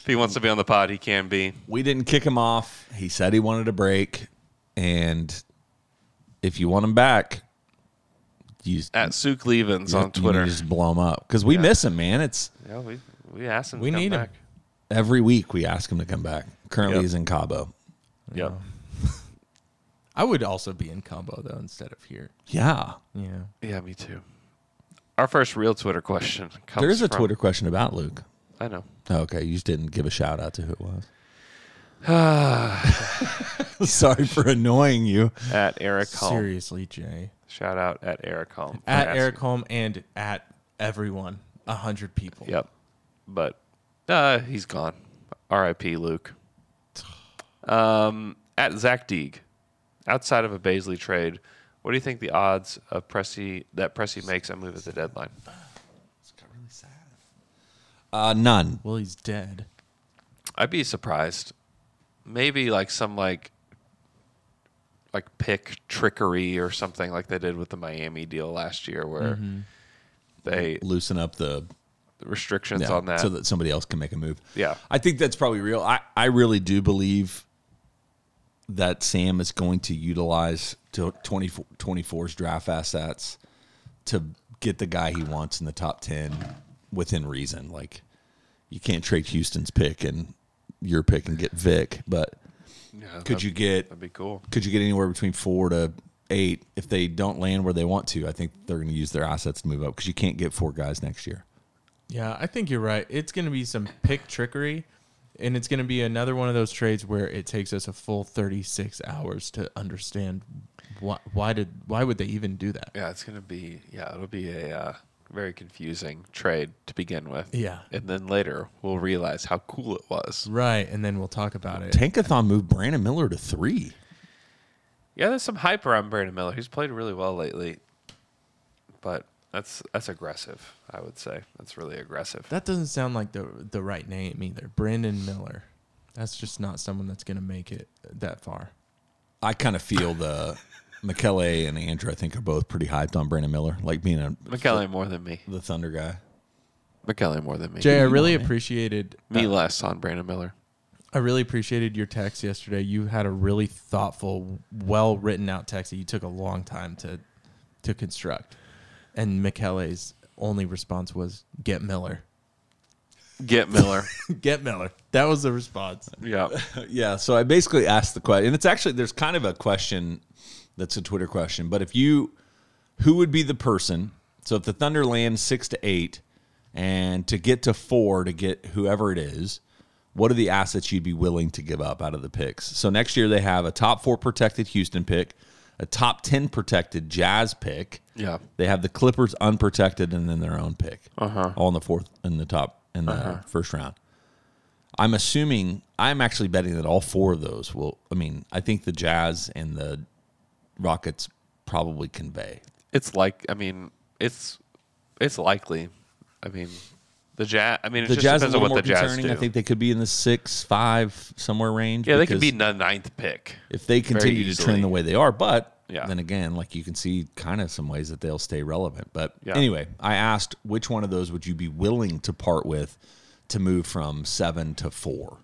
[SPEAKER 5] If he wants to be on the pod, he can be.
[SPEAKER 1] We didn't kick him off. He said he wanted a break, and if you want him back, you just,
[SPEAKER 5] At Suk Levens on
[SPEAKER 1] you
[SPEAKER 5] Twitter.
[SPEAKER 1] just blow him up because we miss him, man. It's
[SPEAKER 5] yeah, we we asked him.
[SPEAKER 4] We
[SPEAKER 5] to come
[SPEAKER 4] need him.
[SPEAKER 5] back.
[SPEAKER 1] every week we ask him to come back. Currently,
[SPEAKER 5] Yep.
[SPEAKER 1] he's in Cabo.
[SPEAKER 5] Yep.
[SPEAKER 4] I would also be in combo though instead of here.
[SPEAKER 1] Yeah,
[SPEAKER 4] Yeah.
[SPEAKER 5] Yeah, me too. Our first real Twitter question. Comes
[SPEAKER 1] there is a
[SPEAKER 5] from-
[SPEAKER 1] Twitter question about Luke. Oh,
[SPEAKER 5] I know.
[SPEAKER 1] Okay, you just didn't give a shout out to who it was.
[SPEAKER 5] *sighs*
[SPEAKER 1] *laughs* Sorry for annoying you.
[SPEAKER 5] At Eric Holm.
[SPEAKER 4] Seriously, Jay.
[SPEAKER 5] Shout out at Eric Holm. for
[SPEAKER 4] At
[SPEAKER 5] asking.
[SPEAKER 4] Eric Holm and at everyone. A hundred people.
[SPEAKER 5] Yep. But uh, he's gone. R.I.P. Luke. Um, at Zach Deeg, outside of a Baisley trade, what do you think the odds of Pressy that Pressy makes a move at the deadline?
[SPEAKER 1] Uh, none.
[SPEAKER 4] Well, he's dead.
[SPEAKER 5] I'd be surprised. Maybe like some like like pick trickery or something like they did with the Miami deal last year where they
[SPEAKER 1] Loosen up the
[SPEAKER 5] restrictions
[SPEAKER 1] Yeah,
[SPEAKER 5] on that.
[SPEAKER 1] so that somebody else can make a move.
[SPEAKER 5] Yeah.
[SPEAKER 1] I think that's probably real. I, I really do believe that Sam is going to utilize to 24, 24's draft assets to get the guy he wants in the top 10 within reason. Like, you can't trade Houston's pick and your pick and get Vic, but
[SPEAKER 5] Yeah,
[SPEAKER 1] could
[SPEAKER 5] that'd-
[SPEAKER 1] you get
[SPEAKER 5] that'd be cool.
[SPEAKER 1] could you get anywhere between four to eight if they don't land where they want to? I think they're going to use their assets to move up because you can't get four guys next year.
[SPEAKER 4] Yeah, I think you're right. It's going to be some pick trickery, and it's going to be another one of those trades where it takes us a full 36 hours to understand why why did why would they even do that?
[SPEAKER 5] Yeah, it's gonna be yeah, it'll be a uh, very confusing trade to begin with.
[SPEAKER 4] Yeah.
[SPEAKER 5] and then later we'll realize how cool it was.
[SPEAKER 4] Right, and then we'll talk about it.
[SPEAKER 1] Tankathon moved Brandon Miller to three.
[SPEAKER 5] Yeah, there's some hype around Brandon Miller. He's played really well lately, but that's that's aggressive. I would say that's really aggressive.
[SPEAKER 4] That doesn't sound like the the right name either. Brandon Miller. That's just not someone that's going to make it that far.
[SPEAKER 1] I kind of feel the *laughs* McKelly and Andrew. I think are both pretty hyped on Brandon Miller, like being a
[SPEAKER 5] McKelly more than me.
[SPEAKER 1] The Thunder guy.
[SPEAKER 5] McKelly more than me.
[SPEAKER 4] Jay, I really appreciated
[SPEAKER 5] me less on Brandon Miller.
[SPEAKER 4] I really appreciated your text yesterday. You had a really thoughtful, well written out text that you took a long time to to construct. And Michele's only response was get Miller. *laughs*
[SPEAKER 1] *laughs*
[SPEAKER 5] Get Miller.
[SPEAKER 4] get Miller. That was the response.
[SPEAKER 5] Yeah.
[SPEAKER 1] yeah. So I basically asked the question, and it's actually there's kind of a question that's a Twitter question, but if you who would be the person? So if the Thunder lands six to eight, and to get to four to get whoever it is, what are the assets you'd be willing to give up out of the picks? So next year they have a top four protected Houston pick, a top ten protected Jazz pick.
[SPEAKER 5] Yeah.
[SPEAKER 1] They have the Clippers unprotected and then their own pick. All in the fourth in the top in the
[SPEAKER 5] Uh-huh.
[SPEAKER 1] first round. I'm assuming I'm actually betting that all four of those will I mean, I think the Jazz and the Rockets probably convey.
[SPEAKER 5] It's like I mean, it's it's likely. I mean, the jazz. I mean, it
[SPEAKER 1] the
[SPEAKER 5] just
[SPEAKER 1] Jazz is
[SPEAKER 5] depends
[SPEAKER 1] a
[SPEAKER 5] on
[SPEAKER 1] little
[SPEAKER 5] what
[SPEAKER 1] more
[SPEAKER 5] the jazz
[SPEAKER 1] concerning.
[SPEAKER 5] do.
[SPEAKER 1] I think they could be in the six, five somewhere range.
[SPEAKER 5] yeah, they could
[SPEAKER 1] because
[SPEAKER 5] be the ninth pick
[SPEAKER 1] if they
[SPEAKER 5] very
[SPEAKER 1] continue to
[SPEAKER 5] easily.
[SPEAKER 1] trend the way they are. But
[SPEAKER 5] Yeah.
[SPEAKER 1] then again, like you can see kind of some ways that they'll stay relevant. But
[SPEAKER 5] Yeah.
[SPEAKER 1] anyway, I asked which one of those would you be willing to part with to move from seven to four?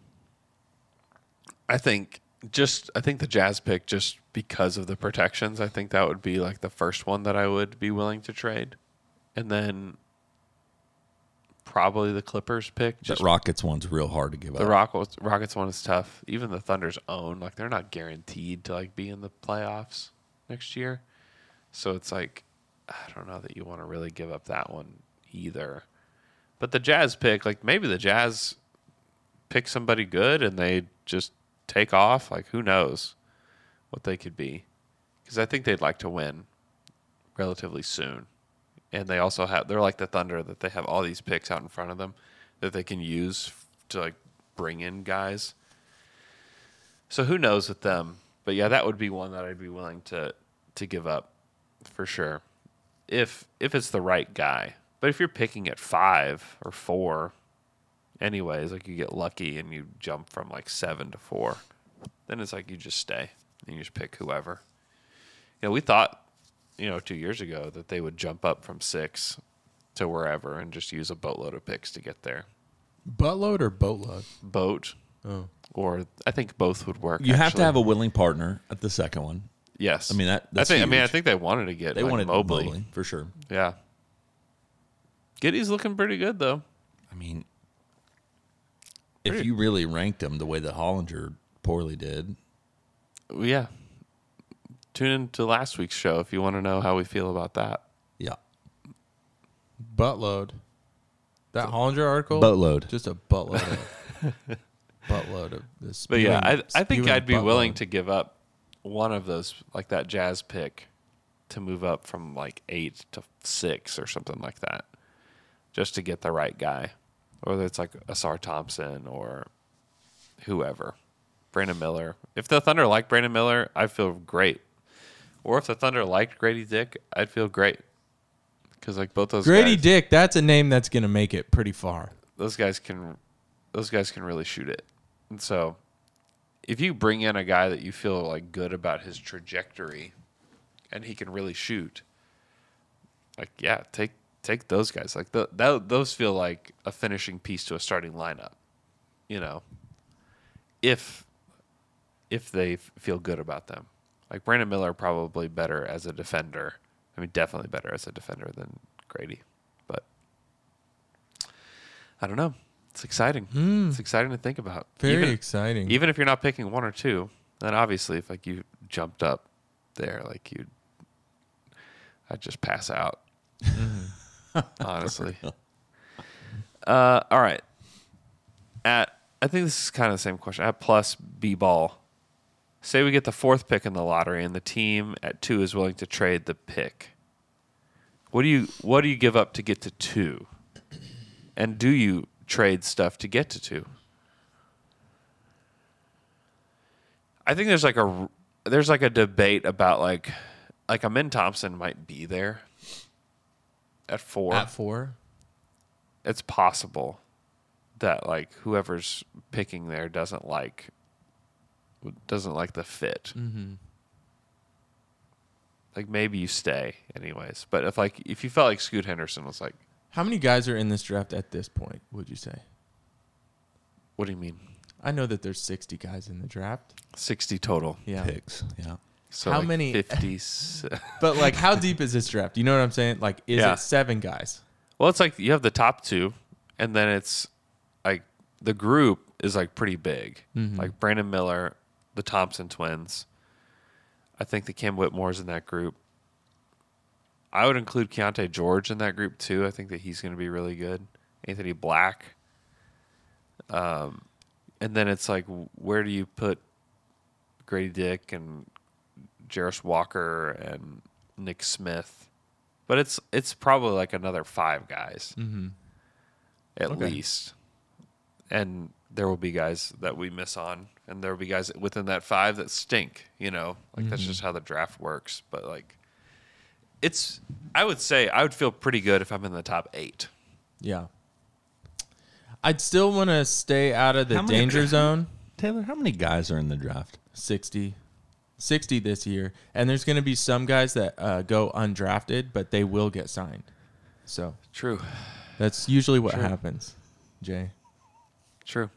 [SPEAKER 5] I think just I think the Jazz pick just because of the protections. I think that would be like the first one that I would be willing to trade, and then probably the Clippers pick.
[SPEAKER 1] That Rockets one's real hard to give
[SPEAKER 5] the
[SPEAKER 1] up.
[SPEAKER 5] Rockets Rockets one is tough. Even the Thunder's own, like they're not guaranteed to like be in the playoffs next year, so it's like I don't know that you want to really give up that one either. But the Jazz pick, like maybe the Jazz pick somebody good and they just take off. Like who knows what they could be, because I think they'd like to win relatively soon. And they also have they're like the Thunder that they have all these picks out in front of them that they can use f- to like bring in guys. So who knows with them? But yeah, that would be one that I'd be willing to to give up for sure. If if it's the right guy. But if you're picking at 5 or 4 anyways, like you get lucky and you jump from like 7 to 4, then it's like you just stay and you just pick whoever. You know, we thought, you know, two years ago that they would jump up from six to wherever and just use a boatload of picks to get there.
[SPEAKER 4] Buttload or boatload?
[SPEAKER 5] Boat.
[SPEAKER 4] Oh.
[SPEAKER 5] Or I think both would work.
[SPEAKER 1] You have to
[SPEAKER 5] actually.
[SPEAKER 1] have a willing partner at the second one.
[SPEAKER 5] Yes.
[SPEAKER 1] I mean that. That's
[SPEAKER 5] I think. I mean, I
[SPEAKER 1] huge.
[SPEAKER 5] think they wanted to get.
[SPEAKER 1] They
[SPEAKER 5] like,
[SPEAKER 1] wanted
[SPEAKER 5] Mobley.
[SPEAKER 1] Mobley, for sure.
[SPEAKER 5] Yeah. Giddy's looking pretty good though.
[SPEAKER 1] I mean, if you really ranked them the way that Hollinger poorly did,
[SPEAKER 5] yeah. Tune in to last week's show if you want to know how we feel about that.
[SPEAKER 1] Yeah.
[SPEAKER 4] Buttload. That Hollinger article?
[SPEAKER 1] Buttload.
[SPEAKER 4] Just a buttload of *laughs* buttload of this.
[SPEAKER 5] But yeah, I, I think I'd be willing to give up one of those, like that jazz pick, to move up from like eight to six or something like that, just to get the right guy, whether it's like Asar Thompson or whoever, Brandon Miller. If the Thunder like Brandon Miller, I feel great. Or if the Thunder liked Grady Dick, I'd feel great. Because like both those
[SPEAKER 4] Grady
[SPEAKER 5] guys,
[SPEAKER 4] Dick, that's a name that's going to make it pretty far.
[SPEAKER 5] those guys can those guys can really shoot it. And so if you bring in a guy that you feel like good about his trajectory and he can really shoot, like yeah, take take those guys. Like tho- tho- those feel like a finishing piece to a starting lineup. You know, if if they f- feel good about them, like Brandon Miller probably better as a defender. I mean, definitely better as a defender than Grady, but I don't know. It's exciting. It's exciting to think about.
[SPEAKER 4] Hmm. Very
[SPEAKER 5] Even-
[SPEAKER 4] exciting.
[SPEAKER 5] Even if you're not picking one or two, then obviously, if like you jumped up there, like you,
[SPEAKER 4] *laughs*
[SPEAKER 5] would I'd just pass out. Honestly, Uh, all right. At I think this is kind of the same question. At plus B ball. Say we get the fourth pick in the lottery, and the team at two is willing to trade the pick. What do you What do you give up to get to two? And do you trade stuff to get to two? I think there's like a r- there's like a debate about like like a Min Thompson might be there at four.
[SPEAKER 4] At four?
[SPEAKER 5] it's possible that like whoever's picking there doesn't like doesn't like the fit.
[SPEAKER 4] Mm-hmm.
[SPEAKER 5] Like maybe you stay anyways. But if like if you felt like Scoot Henderson was like,
[SPEAKER 4] How many guys are in this draft at this point, would you say?
[SPEAKER 5] what do you mean?
[SPEAKER 4] I know that there's 60 guys in the draft.
[SPEAKER 5] 60 total
[SPEAKER 4] Yeah.
[SPEAKER 1] picks. Yeah.
[SPEAKER 5] So
[SPEAKER 4] how
[SPEAKER 5] like
[SPEAKER 4] many
[SPEAKER 5] 50s?
[SPEAKER 4] but like how deep is this draft? You know what I'm saying? Like is
[SPEAKER 5] Yeah.
[SPEAKER 4] it seven guys?
[SPEAKER 5] Well, it's like you have the top two, and then it's like the group is like pretty big.
[SPEAKER 4] Mhm.
[SPEAKER 5] Like Brandon Miller, the Thompson twins. I think the Cam Whitmore's in that group. I would include Keontae George in that group too. I think that he's going to be really good. Anthony Black. Um, and then it's like, where do you put Grady Dick and Jarris Walker and Nick Smith? But it's it's probably like another five guys
[SPEAKER 4] Mhm.
[SPEAKER 5] at
[SPEAKER 4] Okay.
[SPEAKER 5] least, and there will be guys that we miss on, and there will be guys within that five that stink. You know, like that's
[SPEAKER 4] Mhm.
[SPEAKER 5] just how the draft works. But like, it's I would say I would feel pretty good if I'm in the top eight.
[SPEAKER 4] Yeah. I'd still want to stay out of the
[SPEAKER 1] How many-
[SPEAKER 4] danger zone.
[SPEAKER 1] Taylor, how many guys are in the draft?
[SPEAKER 4] 60. 60 this year. And there's going to be some guys that uh, go undrafted, but they will get signed. So
[SPEAKER 5] True.
[SPEAKER 4] that's usually what
[SPEAKER 5] True.
[SPEAKER 4] happens, Jay.
[SPEAKER 5] True.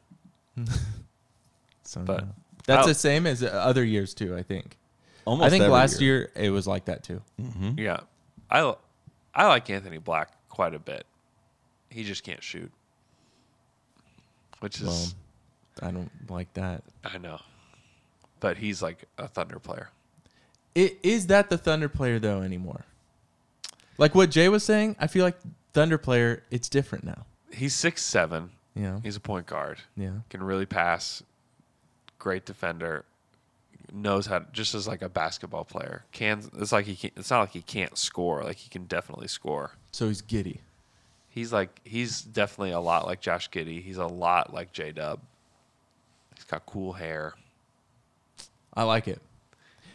[SPEAKER 4] so
[SPEAKER 5] But-
[SPEAKER 4] no. that's
[SPEAKER 5] I'll-
[SPEAKER 4] the same as other years, too, I think.
[SPEAKER 1] Almost
[SPEAKER 4] I think
[SPEAKER 1] every
[SPEAKER 4] last year. it was like that, too.
[SPEAKER 5] Yeah, Mm-hmm. I I like Anthony Black quite a bit. He just can't shoot, which is
[SPEAKER 4] Well, I don't like that.
[SPEAKER 5] I know, but he's like a Thunder player.
[SPEAKER 4] It, is that the Thunder player, though, anymore? Like what Jay was saying, I feel like Thunder player, it's different now.
[SPEAKER 5] He's six seven.
[SPEAKER 4] Yeah.
[SPEAKER 5] He's a point guard.
[SPEAKER 4] Yeah.
[SPEAKER 5] Can really pass. Great defender. Knows how just as like a basketball player. Can it's like he can it's not like he can't score. Like he can definitely score.
[SPEAKER 4] So he's giddy.
[SPEAKER 5] He's like he's definitely a lot like Josh Giddy. He's a lot like J Dub. He's got cool hair.
[SPEAKER 4] I like it.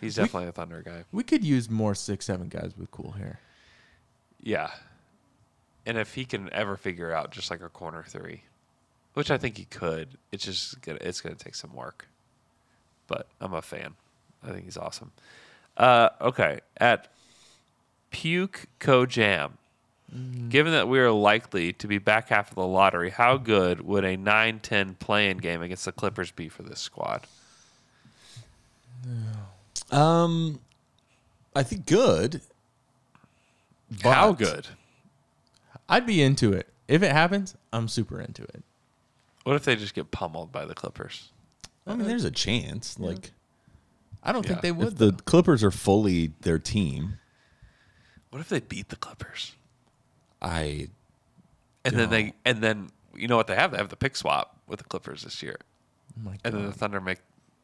[SPEAKER 5] He's
[SPEAKER 4] We-
[SPEAKER 5] definitely a Thunder guy.
[SPEAKER 4] We could use more six seven guys with cool hair.
[SPEAKER 5] Yeah. And if he can ever figure out just like a corner three, which I think he could, it's just gonna it's gonna take some work. But I'm a fan. I think he's awesome. Uh, okay, at Puke Co Jam. Given that we are likely to be back half of the lottery, how good would a 9-10 play-in game against the Clippers be for this squad?
[SPEAKER 1] Um, I think good.
[SPEAKER 5] How
[SPEAKER 1] but-
[SPEAKER 5] good?
[SPEAKER 4] I'd be into it. If it happens, I'm super into it.
[SPEAKER 5] What if they just get pummeled by the Clippers?
[SPEAKER 1] I mean, there's a chance. Like,
[SPEAKER 4] I don't
[SPEAKER 5] Yeah.
[SPEAKER 4] think they
[SPEAKER 1] if
[SPEAKER 4] would.
[SPEAKER 1] the
[SPEAKER 4] though.
[SPEAKER 1] Clippers are fully their team,
[SPEAKER 5] What if they beat the Clippers?
[SPEAKER 1] I
[SPEAKER 5] And then they and then you know what they have? They have the pick swap with the Clippers this year.
[SPEAKER 4] my
[SPEAKER 5] and then the Thunder make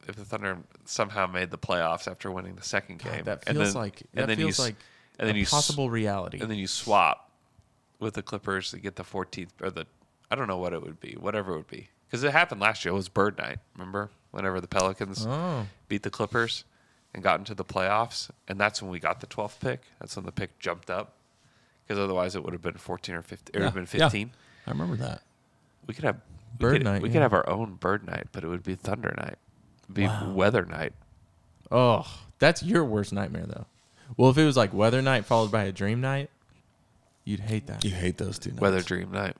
[SPEAKER 5] if the Thunder somehow made the playoffs after winning the second game.
[SPEAKER 4] that
[SPEAKER 5] and
[SPEAKER 4] feels
[SPEAKER 5] then-
[SPEAKER 4] like-
[SPEAKER 5] and
[SPEAKER 4] that
[SPEAKER 5] then you
[SPEAKER 4] feels
[SPEAKER 5] s-
[SPEAKER 4] like
[SPEAKER 5] and then
[SPEAKER 4] a
[SPEAKER 5] you s-
[SPEAKER 4] possible reality.
[SPEAKER 5] And then you swap with the Clippers to get the 14th or the I don't know what it would be, whatever it would be. Cuz it happened last year. It was Bird Night, remember? Whenever the Pelicans
[SPEAKER 4] Oh.
[SPEAKER 5] beat the Clippers and got into the playoffs, and that's when we got the 12th pick. That's when the pick jumped up. Cuz otherwise it would have been 14 or 15 or it would have been 15.
[SPEAKER 1] I remember that.
[SPEAKER 5] We could have we
[SPEAKER 4] Bird
[SPEAKER 5] could-
[SPEAKER 4] night,
[SPEAKER 5] We
[SPEAKER 4] yeah.
[SPEAKER 5] could have our own bird night, but it would be thunder night, It'd be
[SPEAKER 4] Wow.
[SPEAKER 5] weather night.
[SPEAKER 4] oh, that's your worst nightmare though. Well, if it was like weather night followed by a dream night, you'd hate that.
[SPEAKER 1] You hate those two. Nights.
[SPEAKER 5] Weather dream night.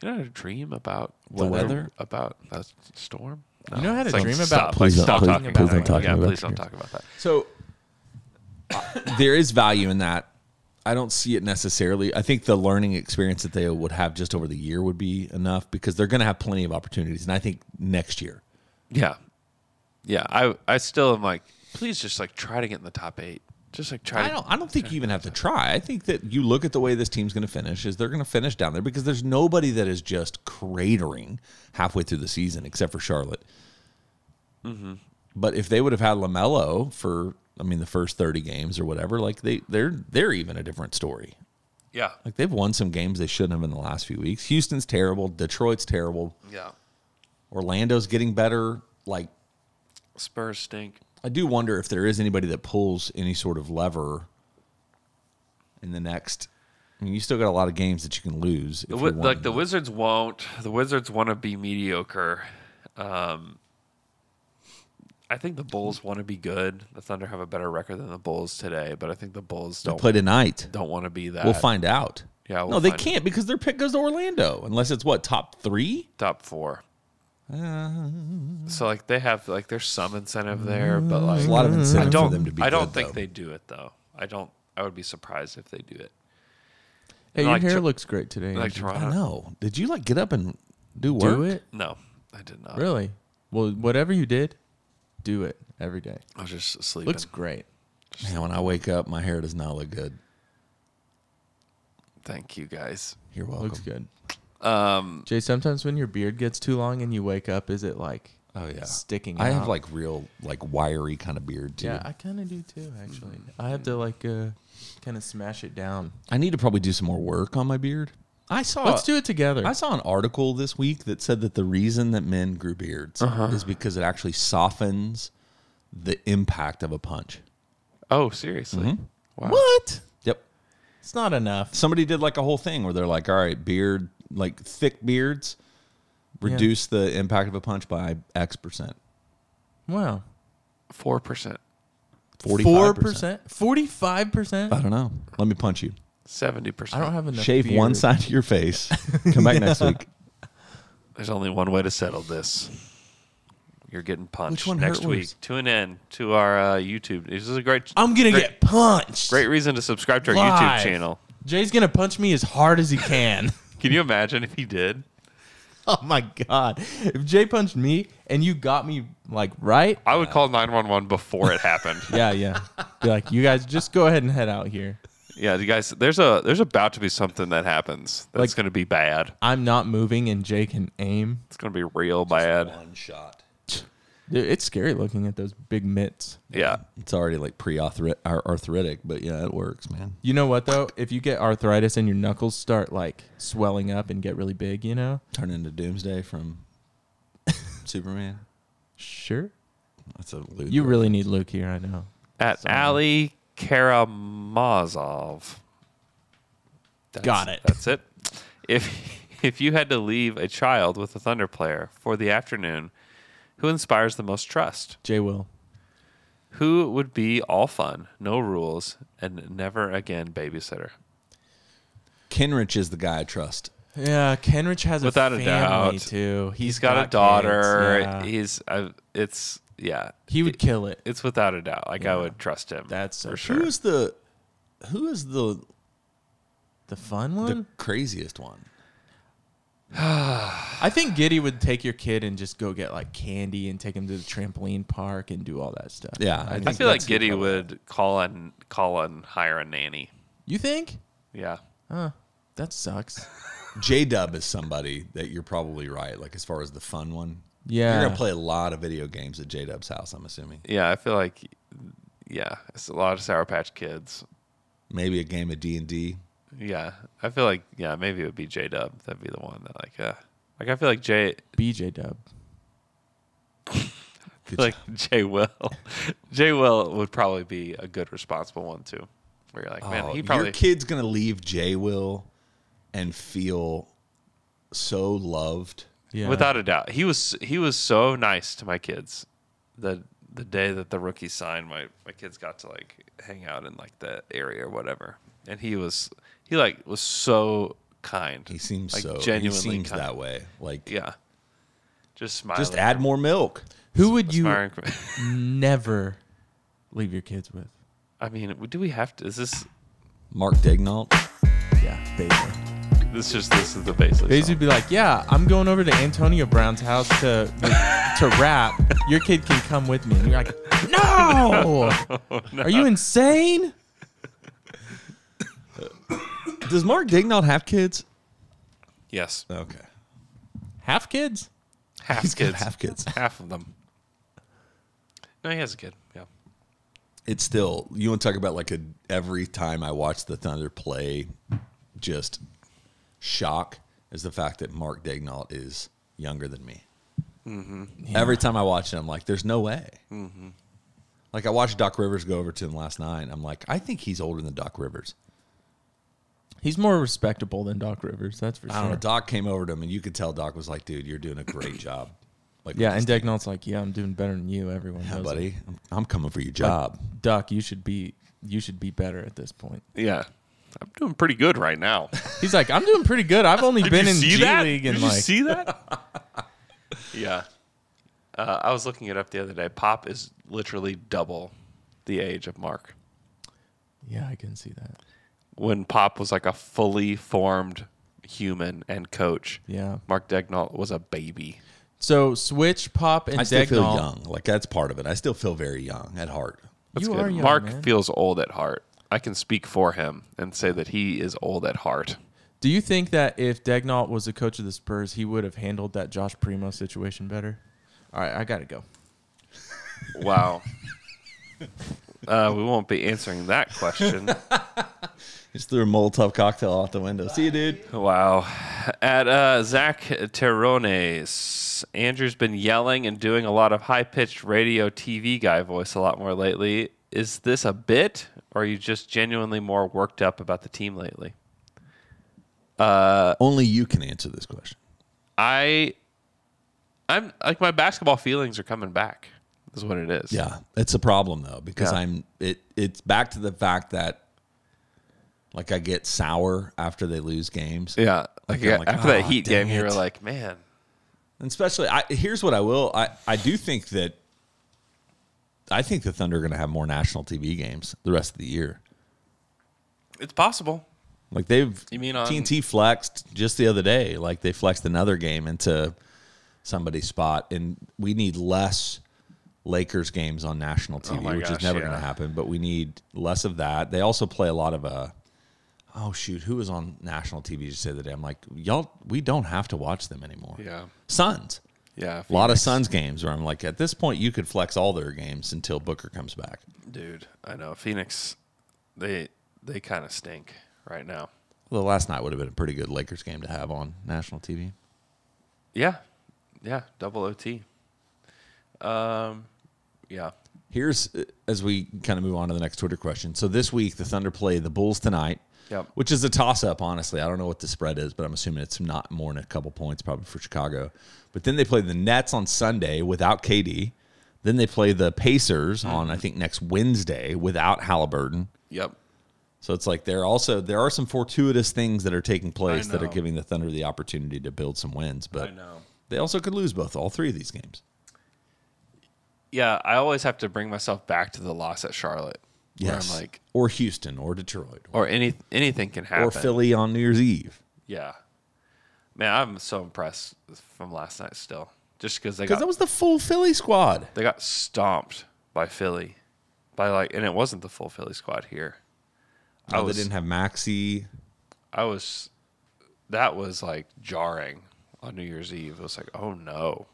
[SPEAKER 5] You know how to dream about
[SPEAKER 1] The weather?
[SPEAKER 5] about a s- storm.
[SPEAKER 4] You know how to
[SPEAKER 5] It's
[SPEAKER 4] dream about-
[SPEAKER 5] stop,
[SPEAKER 1] Please
[SPEAKER 5] like,
[SPEAKER 1] don't-
[SPEAKER 5] stop
[SPEAKER 1] please-
[SPEAKER 5] talking about
[SPEAKER 1] please
[SPEAKER 5] that.
[SPEAKER 1] don't talk
[SPEAKER 5] yeah,
[SPEAKER 1] about
[SPEAKER 5] please
[SPEAKER 1] that.
[SPEAKER 5] don't talk about that.
[SPEAKER 1] So there is value in that. I don't see it necessarily. I think the learning experience that they would have just over the year would be enough because they're going to have plenty of opportunities. And I think next year,
[SPEAKER 5] Yeah, yeah. I I still am like, please just like try to get in the top eight. Just like try.
[SPEAKER 1] I don't. I don't think you even have to try. I think that you look at the way this team's going to finish is they're going to finish down there because there's nobody that is just cratering halfway through the season except for Charlotte.
[SPEAKER 5] Mm-hmm.
[SPEAKER 1] But if they would have had Lamelo for, I mean, the first thirty games or whatever, like they they're they're even a different story.
[SPEAKER 5] Yeah.
[SPEAKER 1] Like they've won some games they shouldn't have in the last few weeks. Houston's terrible. Detroit's terrible.
[SPEAKER 5] Yeah.
[SPEAKER 1] Orlando's getting better. Like
[SPEAKER 5] Spurs stink.
[SPEAKER 1] I do wonder if there is anybody that pulls any sort of lever in the next. I mean, you still got a lot of games that you can lose. if
[SPEAKER 5] The
[SPEAKER 1] you
[SPEAKER 5] wi-
[SPEAKER 1] want
[SPEAKER 5] like the Wizards won't. The Wizards want to be mediocre. Um, I think the Bulls want to be good. The Thunder have a better record than the Bulls today, but I think the Bulls
[SPEAKER 1] They
[SPEAKER 5] don't
[SPEAKER 1] play tonight.
[SPEAKER 5] Don't want to be that.
[SPEAKER 1] We'll find out.
[SPEAKER 5] Yeah, we'll
[SPEAKER 1] no, they
[SPEAKER 5] find out.
[SPEAKER 1] can't because their pick goes to Orlando unless it's what top three,
[SPEAKER 5] top four.
[SPEAKER 1] Uh,
[SPEAKER 5] So like they have like there's some incentive there, but like
[SPEAKER 1] There's a
[SPEAKER 4] Mm-hmm.
[SPEAKER 1] lot of incentive
[SPEAKER 5] I
[SPEAKER 1] for
[SPEAKER 5] don't,
[SPEAKER 1] them to be
[SPEAKER 5] I don't
[SPEAKER 1] good,
[SPEAKER 5] think
[SPEAKER 1] though.
[SPEAKER 5] they do it though. I don't. I would be surprised if they do it.
[SPEAKER 4] Hey,
[SPEAKER 5] And,
[SPEAKER 4] your
[SPEAKER 5] like,
[SPEAKER 4] hair
[SPEAKER 5] Tor-
[SPEAKER 4] looks great today.
[SPEAKER 5] Like
[SPEAKER 4] Andrew.
[SPEAKER 5] Toronto.
[SPEAKER 1] I know. Did you like get up and do work?
[SPEAKER 4] Do it?
[SPEAKER 5] No, I did not.
[SPEAKER 4] Really? Well, whatever you did, do it every day.
[SPEAKER 5] I was just sleeping.
[SPEAKER 4] Looks great.
[SPEAKER 1] Man, when I wake up, my hair does not look good.
[SPEAKER 5] Thank you guys.
[SPEAKER 1] You're welcome.
[SPEAKER 4] Looks good.
[SPEAKER 5] Um,
[SPEAKER 4] Jay, sometimes when your beard gets too long and you wake up, is it like
[SPEAKER 1] oh yeah
[SPEAKER 4] sticking?
[SPEAKER 1] I
[SPEAKER 4] out?
[SPEAKER 1] have like real like wiry kind of beard too.
[SPEAKER 4] yeah, I kind of do too. Actually,
[SPEAKER 1] Mm-hmm.
[SPEAKER 4] I have to like uh, kind of smash it down.
[SPEAKER 1] I need to probably do some more work on my beard. I saw.
[SPEAKER 4] Let's do it together.
[SPEAKER 1] Oh, I saw an article this week that said that the reason that men grew beards
[SPEAKER 4] Uh-huh.
[SPEAKER 1] is because it actually softens the impact of a punch.
[SPEAKER 5] Oh, seriously? Wow.
[SPEAKER 1] What? Yep.
[SPEAKER 4] It's not enough.
[SPEAKER 1] Somebody did like a whole thing where they're like, "All right, beard like thick beards
[SPEAKER 4] Yeah.
[SPEAKER 1] reduce the impact of a punch by X percent,
[SPEAKER 4] Wow,
[SPEAKER 5] four percent,
[SPEAKER 1] forty
[SPEAKER 4] four
[SPEAKER 1] five percent."
[SPEAKER 4] percent, forty-five percent.
[SPEAKER 1] I don't know. Let me punch you.
[SPEAKER 5] Seventy percent.
[SPEAKER 4] I don't have enough
[SPEAKER 1] Shave one
[SPEAKER 4] beard.
[SPEAKER 1] side of
[SPEAKER 4] *laughs*
[SPEAKER 1] your face. Come back next week.
[SPEAKER 5] There's only one way to settle this. You're getting punched
[SPEAKER 4] one
[SPEAKER 5] next
[SPEAKER 4] hurt
[SPEAKER 5] week.
[SPEAKER 4] worse?
[SPEAKER 5] Tune in to our uh, YouTube. This is a great.
[SPEAKER 4] I'm gonna
[SPEAKER 5] great-
[SPEAKER 4] get punched.
[SPEAKER 5] Great reason to subscribe to our YouTube
[SPEAKER 4] Live.
[SPEAKER 5] channel.
[SPEAKER 4] Jay's gonna punch me as hard as he
[SPEAKER 1] *laughs*
[SPEAKER 4] can.
[SPEAKER 5] Can you imagine if he did?
[SPEAKER 4] oh my god! If Jay punched me and you got me like right,
[SPEAKER 5] I would call 911 before it happened.
[SPEAKER 4] yeah, yeah. Be like, you guys just go ahead and head out here.
[SPEAKER 5] *laughs* yeah, you guys. There's a there's about to be something that happens that's
[SPEAKER 4] Like-
[SPEAKER 5] going to be bad.
[SPEAKER 4] I'm not moving, and Jay can aim.
[SPEAKER 5] It's going to be real bad.
[SPEAKER 1] One shot.
[SPEAKER 4] Dude, it's scary looking at those big mitts.
[SPEAKER 5] Yeah.
[SPEAKER 1] It's already like pre arthritic, but yeah, it works, man.
[SPEAKER 4] You know what though? If you get arthritis and your knuckles start like swelling up and get really big, you know,
[SPEAKER 1] Turn into Doomsday from *laughs* Superman.
[SPEAKER 4] sure.
[SPEAKER 1] That's a Luke.
[SPEAKER 4] You really need Luke here, I know.
[SPEAKER 5] At Ali Karamazov. That's,
[SPEAKER 4] Got it.
[SPEAKER 5] That's it. If if you had to leave a child with a Thunder player for the afternoon, who inspires the most trust?
[SPEAKER 4] Jay will.
[SPEAKER 5] Who would be all fun, no rules, and never again babysitter?
[SPEAKER 1] Kenrich is the guy I trust.
[SPEAKER 4] Yeah, Kenrich has
[SPEAKER 5] Without
[SPEAKER 4] a
[SPEAKER 5] a
[SPEAKER 4] family
[SPEAKER 5] doubt.
[SPEAKER 4] too.
[SPEAKER 5] He's got, a
[SPEAKER 4] kids,
[SPEAKER 5] daughter.
[SPEAKER 4] yeah.
[SPEAKER 5] He's uh, it's yeah.
[SPEAKER 4] He would kill it.
[SPEAKER 5] It's without a doubt. Like I
[SPEAKER 4] Yeah.
[SPEAKER 5] would trust him.
[SPEAKER 4] That's so
[SPEAKER 5] for
[SPEAKER 4] true.
[SPEAKER 5] sure.
[SPEAKER 1] Who is the who is the
[SPEAKER 4] The fun
[SPEAKER 1] the
[SPEAKER 4] one.
[SPEAKER 1] craziest one?
[SPEAKER 4] I think Giddy would take your kid and just go get like candy and take him to the trampoline park and do all that stuff.
[SPEAKER 1] Yeah, I
[SPEAKER 4] I,
[SPEAKER 1] think
[SPEAKER 5] I feel like
[SPEAKER 1] that's
[SPEAKER 5] Giddy would call and call and hire a nanny.
[SPEAKER 4] you think?
[SPEAKER 5] Yeah.
[SPEAKER 4] Huh. That sucks.
[SPEAKER 1] J Dub is somebody that you're probably right. Like as far as the fun one,
[SPEAKER 4] Yeah.
[SPEAKER 1] *laughs* you're gonna play a lot of video games at J Dub's house. I'm assuming
[SPEAKER 5] Yeah, I feel like yeah, it's a lot of Sour Patch Kids.
[SPEAKER 1] maybe a game of D and D.
[SPEAKER 5] Yeah, I feel like yeah, maybe it would be J Dub. That'd be the one that like uh, like I feel like J
[SPEAKER 4] BJ Dub.
[SPEAKER 5] I feel like *laughs* J Will J Will would probably be a good responsible one too. Where you're like,
[SPEAKER 4] Oh,
[SPEAKER 5] man, he probably
[SPEAKER 1] Oh, your kid's gonna leave J Will and feel so loved.
[SPEAKER 4] Yeah.
[SPEAKER 5] without a doubt he was he was so nice to my kids. The the day that the rookie signed, my my kids got to like hang out in like the area or whatever, and he was he like was so kind.
[SPEAKER 1] He seems
[SPEAKER 5] like,
[SPEAKER 1] so
[SPEAKER 5] genuinely
[SPEAKER 1] he seems
[SPEAKER 5] kind.
[SPEAKER 1] that way. Like
[SPEAKER 5] Yeah, just smiling.
[SPEAKER 1] just add more milk.
[SPEAKER 4] Who would you
[SPEAKER 5] Smiling.
[SPEAKER 4] never leave your kids with?
[SPEAKER 5] I mean, do we have to? Is this
[SPEAKER 1] Mark Dignault.
[SPEAKER 4] Yeah, Basil.
[SPEAKER 5] this just this is the basis?
[SPEAKER 4] Basil would be like, "Yeah, I'm going *laughs* over to Antonio Brown's house to to rap. Your kid can come with me." And you're like, No!
[SPEAKER 5] No.
[SPEAKER 4] Are you insane?
[SPEAKER 1] Does Mark Dignaut have kids?
[SPEAKER 5] Yes.
[SPEAKER 1] Okay.
[SPEAKER 4] Half kids?
[SPEAKER 5] Half
[SPEAKER 1] Oh. He's got
[SPEAKER 5] kids.
[SPEAKER 1] half kids.
[SPEAKER 5] Half of them. No, he has a kid. Yeah.
[SPEAKER 1] It's still you want to talk about like a every time I watch the Thunder play, just shock is the fact that Mark Dignault is younger than me.
[SPEAKER 5] Mm-hmm.
[SPEAKER 1] Every time I watch it, I'm like, there's no way.
[SPEAKER 5] Mm-hmm.
[SPEAKER 1] Like I watched Doc Rivers go over to him last night. And I'm like, I think he's older than Doc Rivers.
[SPEAKER 4] He's more respectable than Doc Rivers, that's for
[SPEAKER 1] I don't
[SPEAKER 4] sure.
[SPEAKER 1] know. Doc came over to him, and you could tell Doc was like, "Dude, you're doing a *clears throat* great job." Like,
[SPEAKER 4] yeah, and Degnault's like, yeah, I'm doing better than you. Everyone,
[SPEAKER 1] Yeah,
[SPEAKER 4] knows
[SPEAKER 1] buddy.
[SPEAKER 4] it.
[SPEAKER 1] I'm- I'm coming for your job.
[SPEAKER 4] Like, Doc. You should be, you should be better at this point.
[SPEAKER 5] Yeah. I'm doing pretty good right
[SPEAKER 4] *laughs*
[SPEAKER 5] now.
[SPEAKER 4] He's like, I'm doing pretty good. *laughs* I've only
[SPEAKER 5] Did
[SPEAKER 4] been
[SPEAKER 5] you
[SPEAKER 4] in
[SPEAKER 5] see
[SPEAKER 4] G
[SPEAKER 5] that?
[SPEAKER 4] League and
[SPEAKER 5] Did you
[SPEAKER 4] like,
[SPEAKER 5] see that?
[SPEAKER 4] *laughs*
[SPEAKER 5] yeah. Uh, I was looking it up the other day. Pop is literally double the age of Mark.
[SPEAKER 4] yeah, I can see that.
[SPEAKER 5] When Pop was like a fully formed human and coach,
[SPEAKER 4] Yeah.
[SPEAKER 5] Mark Degnault was a baby.
[SPEAKER 4] So switch pop and
[SPEAKER 1] I still feel
[SPEAKER 4] Degnault-
[SPEAKER 1] young. Like that's part of it. I still feel very young at heart.
[SPEAKER 5] That's
[SPEAKER 4] You
[SPEAKER 5] good.
[SPEAKER 4] are young,
[SPEAKER 5] Mark
[SPEAKER 4] man.
[SPEAKER 5] feels old at heart. I can speak for him and say that he is old at
[SPEAKER 4] *laughs*
[SPEAKER 5] heart.
[SPEAKER 4] Do you think that if Degnault was the coach of the Spurs, he would have handled that Josh Primo situation better? All right, I gotta go.
[SPEAKER 5] Wow. uh, we won't be answering that
[SPEAKER 4] *laughs*
[SPEAKER 5] question.
[SPEAKER 1] Just threw a Molotov cocktail out the window. See you, dude.
[SPEAKER 5] Wow. At uh, Zach Terrones, Andrew's been yelling and doing a lot of high pitched radio TV guy voice a lot more lately. Is this a bit, or are you just genuinely more worked up about the team lately? Uh,
[SPEAKER 1] Only you can answer this question.
[SPEAKER 5] I, I'm like my basketball feelings are coming back. Is what it is.
[SPEAKER 1] Yeah, it's a problem though because
[SPEAKER 5] Yeah.
[SPEAKER 1] I'm it. It's back to the fact that like I get sour after they lose games.
[SPEAKER 5] Yeah. Like,
[SPEAKER 1] I'm
[SPEAKER 5] after that
[SPEAKER 1] "Ah,
[SPEAKER 5] Heat
[SPEAKER 1] dang
[SPEAKER 5] game, you were
[SPEAKER 1] it."
[SPEAKER 5] like, man,
[SPEAKER 1] And especially, I here's what I will. I I do think that I think the Thunder are going to have more national TV games the rest of the year.
[SPEAKER 5] it's possible.
[SPEAKER 1] Like they've
[SPEAKER 5] You mean on-
[SPEAKER 1] TNT flexed just the other day. Like they flexed another game into somebody's spot, and we need less Lakers games on national
[SPEAKER 5] Oh
[SPEAKER 1] TV,
[SPEAKER 5] my
[SPEAKER 1] which
[SPEAKER 5] gosh,
[SPEAKER 1] is never
[SPEAKER 5] yeah.
[SPEAKER 1] going to happen. But we need less of that. They also play a lot of uh Oh shoot! Who was on national TV just the other day? I'm like, y'all, we don't have to watch them anymore.
[SPEAKER 5] Yeah.
[SPEAKER 1] Suns.
[SPEAKER 5] Yeah,
[SPEAKER 1] a lot of Suns games where I'm like, at this point, you could flex all their games until Booker comes back.
[SPEAKER 5] Dude, I know Phoenix. They they kind of stink right now.
[SPEAKER 1] Well, last night would have been a pretty good Lakers game to have on national TV.
[SPEAKER 5] Yeah, yeah, double OT. Um, yeah,
[SPEAKER 1] Here's uh, as we kind of move on to the next Twitter question. So this week the Thunder play the Bulls tonight,
[SPEAKER 5] Yep.
[SPEAKER 1] which is a toss up. Honestly, I don't know what the spread is, but I'm assuming it's not more than a couple points, probably for Chicago. But then they play the Nets on Sunday without KD. Then they play the Pacers
[SPEAKER 5] Mm-hmm.
[SPEAKER 1] on I think next Wednesday without Halliburton.
[SPEAKER 5] Yep.
[SPEAKER 1] So it's like there also there are some fortuitous things that are taking place that are
[SPEAKER 5] know.
[SPEAKER 1] giving the Thunder the opportunity to build some wins, but they also could lose both all three of these games.
[SPEAKER 5] yeah. I always have to bring myself back to the loss at Charlotte. where
[SPEAKER 1] Yes.
[SPEAKER 5] I'm like,
[SPEAKER 1] or Houston or Detroit
[SPEAKER 5] or any anything can happen.
[SPEAKER 1] or Philly on New Year's Eve.
[SPEAKER 5] Yeah, man, I'm so impressed from last night still, just because they
[SPEAKER 1] Because
[SPEAKER 5] got
[SPEAKER 1] that was the full Philly squad.
[SPEAKER 5] they got stomped by Philly, by like, and it wasn't the full Philly squad here. I
[SPEAKER 1] Oh,
[SPEAKER 5] was-
[SPEAKER 1] they didn't have Maxi.
[SPEAKER 5] I was, that was like jarring on New Year's Eve. It was like, oh no.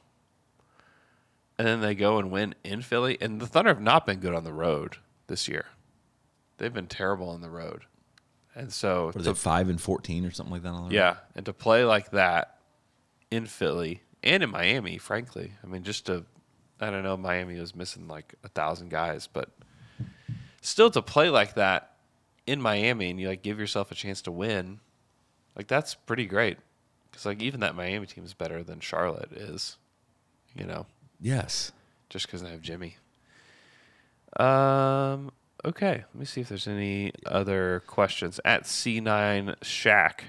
[SPEAKER 5] And then they go and win in Philly. And the Thunder have not been good on the road this year. They've been terrible on the road. And so,
[SPEAKER 1] What is
[SPEAKER 5] to-
[SPEAKER 1] it, five and fourteen or something like that? On the
[SPEAKER 5] yeah.
[SPEAKER 1] road?
[SPEAKER 5] And to play like that in Philly and in Miami, frankly, I mean, just to, I don't know, Miami was missing like a thousand guys, but still to play like that in Miami and you like give yourself a chance to win, like that's pretty great. Cause like even that Miami team is better than Charlotte is, you know,
[SPEAKER 1] Yes.
[SPEAKER 5] just because I have Jimmy. Um. Okay. Let me see if there's any other questions at C9 Shack.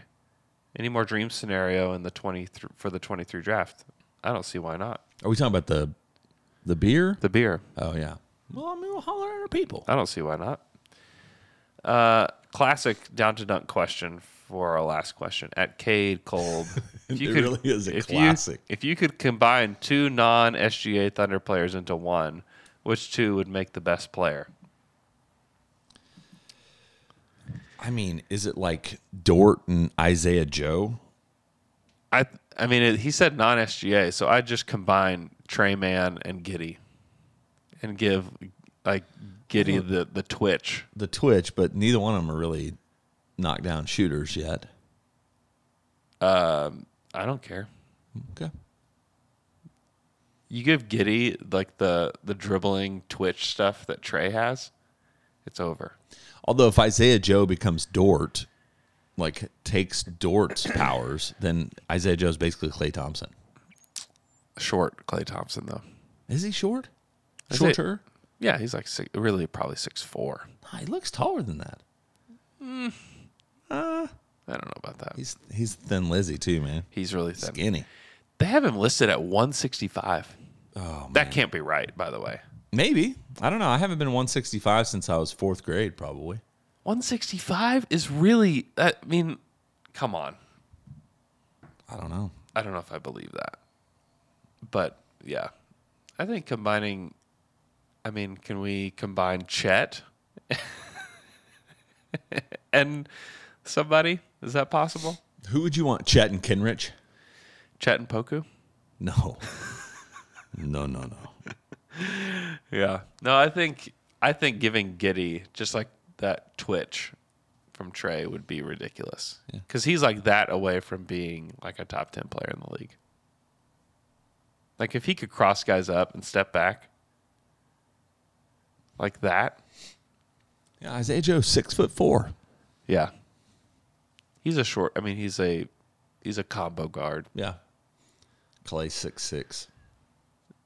[SPEAKER 5] Any more dream scenario in the twenty th- for the twenty three draft? I don't see why not.
[SPEAKER 1] Are we talking about the the beer?
[SPEAKER 5] The beer.
[SPEAKER 1] Oh yeah. Well, I mean, we'll holler at our people.
[SPEAKER 5] I don't see why not. Uh, classic down to dunk question for our last question at Cade
[SPEAKER 1] *laughs*
[SPEAKER 5] Kolb. If
[SPEAKER 1] It really is a
[SPEAKER 5] if you-
[SPEAKER 1] classic.
[SPEAKER 5] if you could combine two non SGA Thunder players into one, Which two would make the best player?
[SPEAKER 1] I mean, is it like Dort and Isaiah Joe?
[SPEAKER 5] I I mean, it, he said non SGA, so I just combine Trey Man and Giddy, and give like Giddy
[SPEAKER 1] Mm-hmm.
[SPEAKER 5] the the twitch.
[SPEAKER 1] The Twitch, but neither one of them are really knockdown shooters yet.
[SPEAKER 5] Um, I don't care.
[SPEAKER 1] Okay.
[SPEAKER 5] You give Giddy like the the dribbling twitch stuff that Trey has, it's over.
[SPEAKER 1] Although if Isaiah Joe becomes Dort, like takes Dort's powers, then Isaiah Joe's basically Clay Thompson.
[SPEAKER 5] Short Clay Thompson though.
[SPEAKER 1] Is he short?
[SPEAKER 5] Is it-
[SPEAKER 1] Shorter?
[SPEAKER 5] Yeah, he's like six, really probably six four.
[SPEAKER 1] He looks taller than that. Uh,
[SPEAKER 5] I don't know about that.
[SPEAKER 1] He's he's thin Lizzy too, man.
[SPEAKER 5] He's really thin.
[SPEAKER 1] skinny.
[SPEAKER 5] They have him listed at one sixty five.
[SPEAKER 1] Oh,
[SPEAKER 5] that can't be right. By the way,
[SPEAKER 1] Maybe I don't know. I haven't been 165 since I was fourth grade, probably.
[SPEAKER 5] one sixty five is really. I mean, come on.
[SPEAKER 1] I don't know.
[SPEAKER 5] I don't know if I believe that, but yeah, I think combining. I mean, can we combine Chet *laughs* and somebody? Is that possible?
[SPEAKER 1] Who would you want, Chet and Kenrich?
[SPEAKER 5] Chet and Poku?
[SPEAKER 1] No, *laughs* no, no, no.
[SPEAKER 5] Yeah. No, I think I think giving Giddy just like that twitch from Trey would be ridiculous because he's like that away from being like a top ten player in the league. Like if he could cross guys up and step back like that,
[SPEAKER 1] Yeah, Isaiah Joe six foot four.
[SPEAKER 5] yeah, he's a short. I mean, he's a he's a combo guard.
[SPEAKER 1] Yeah, Clay six six.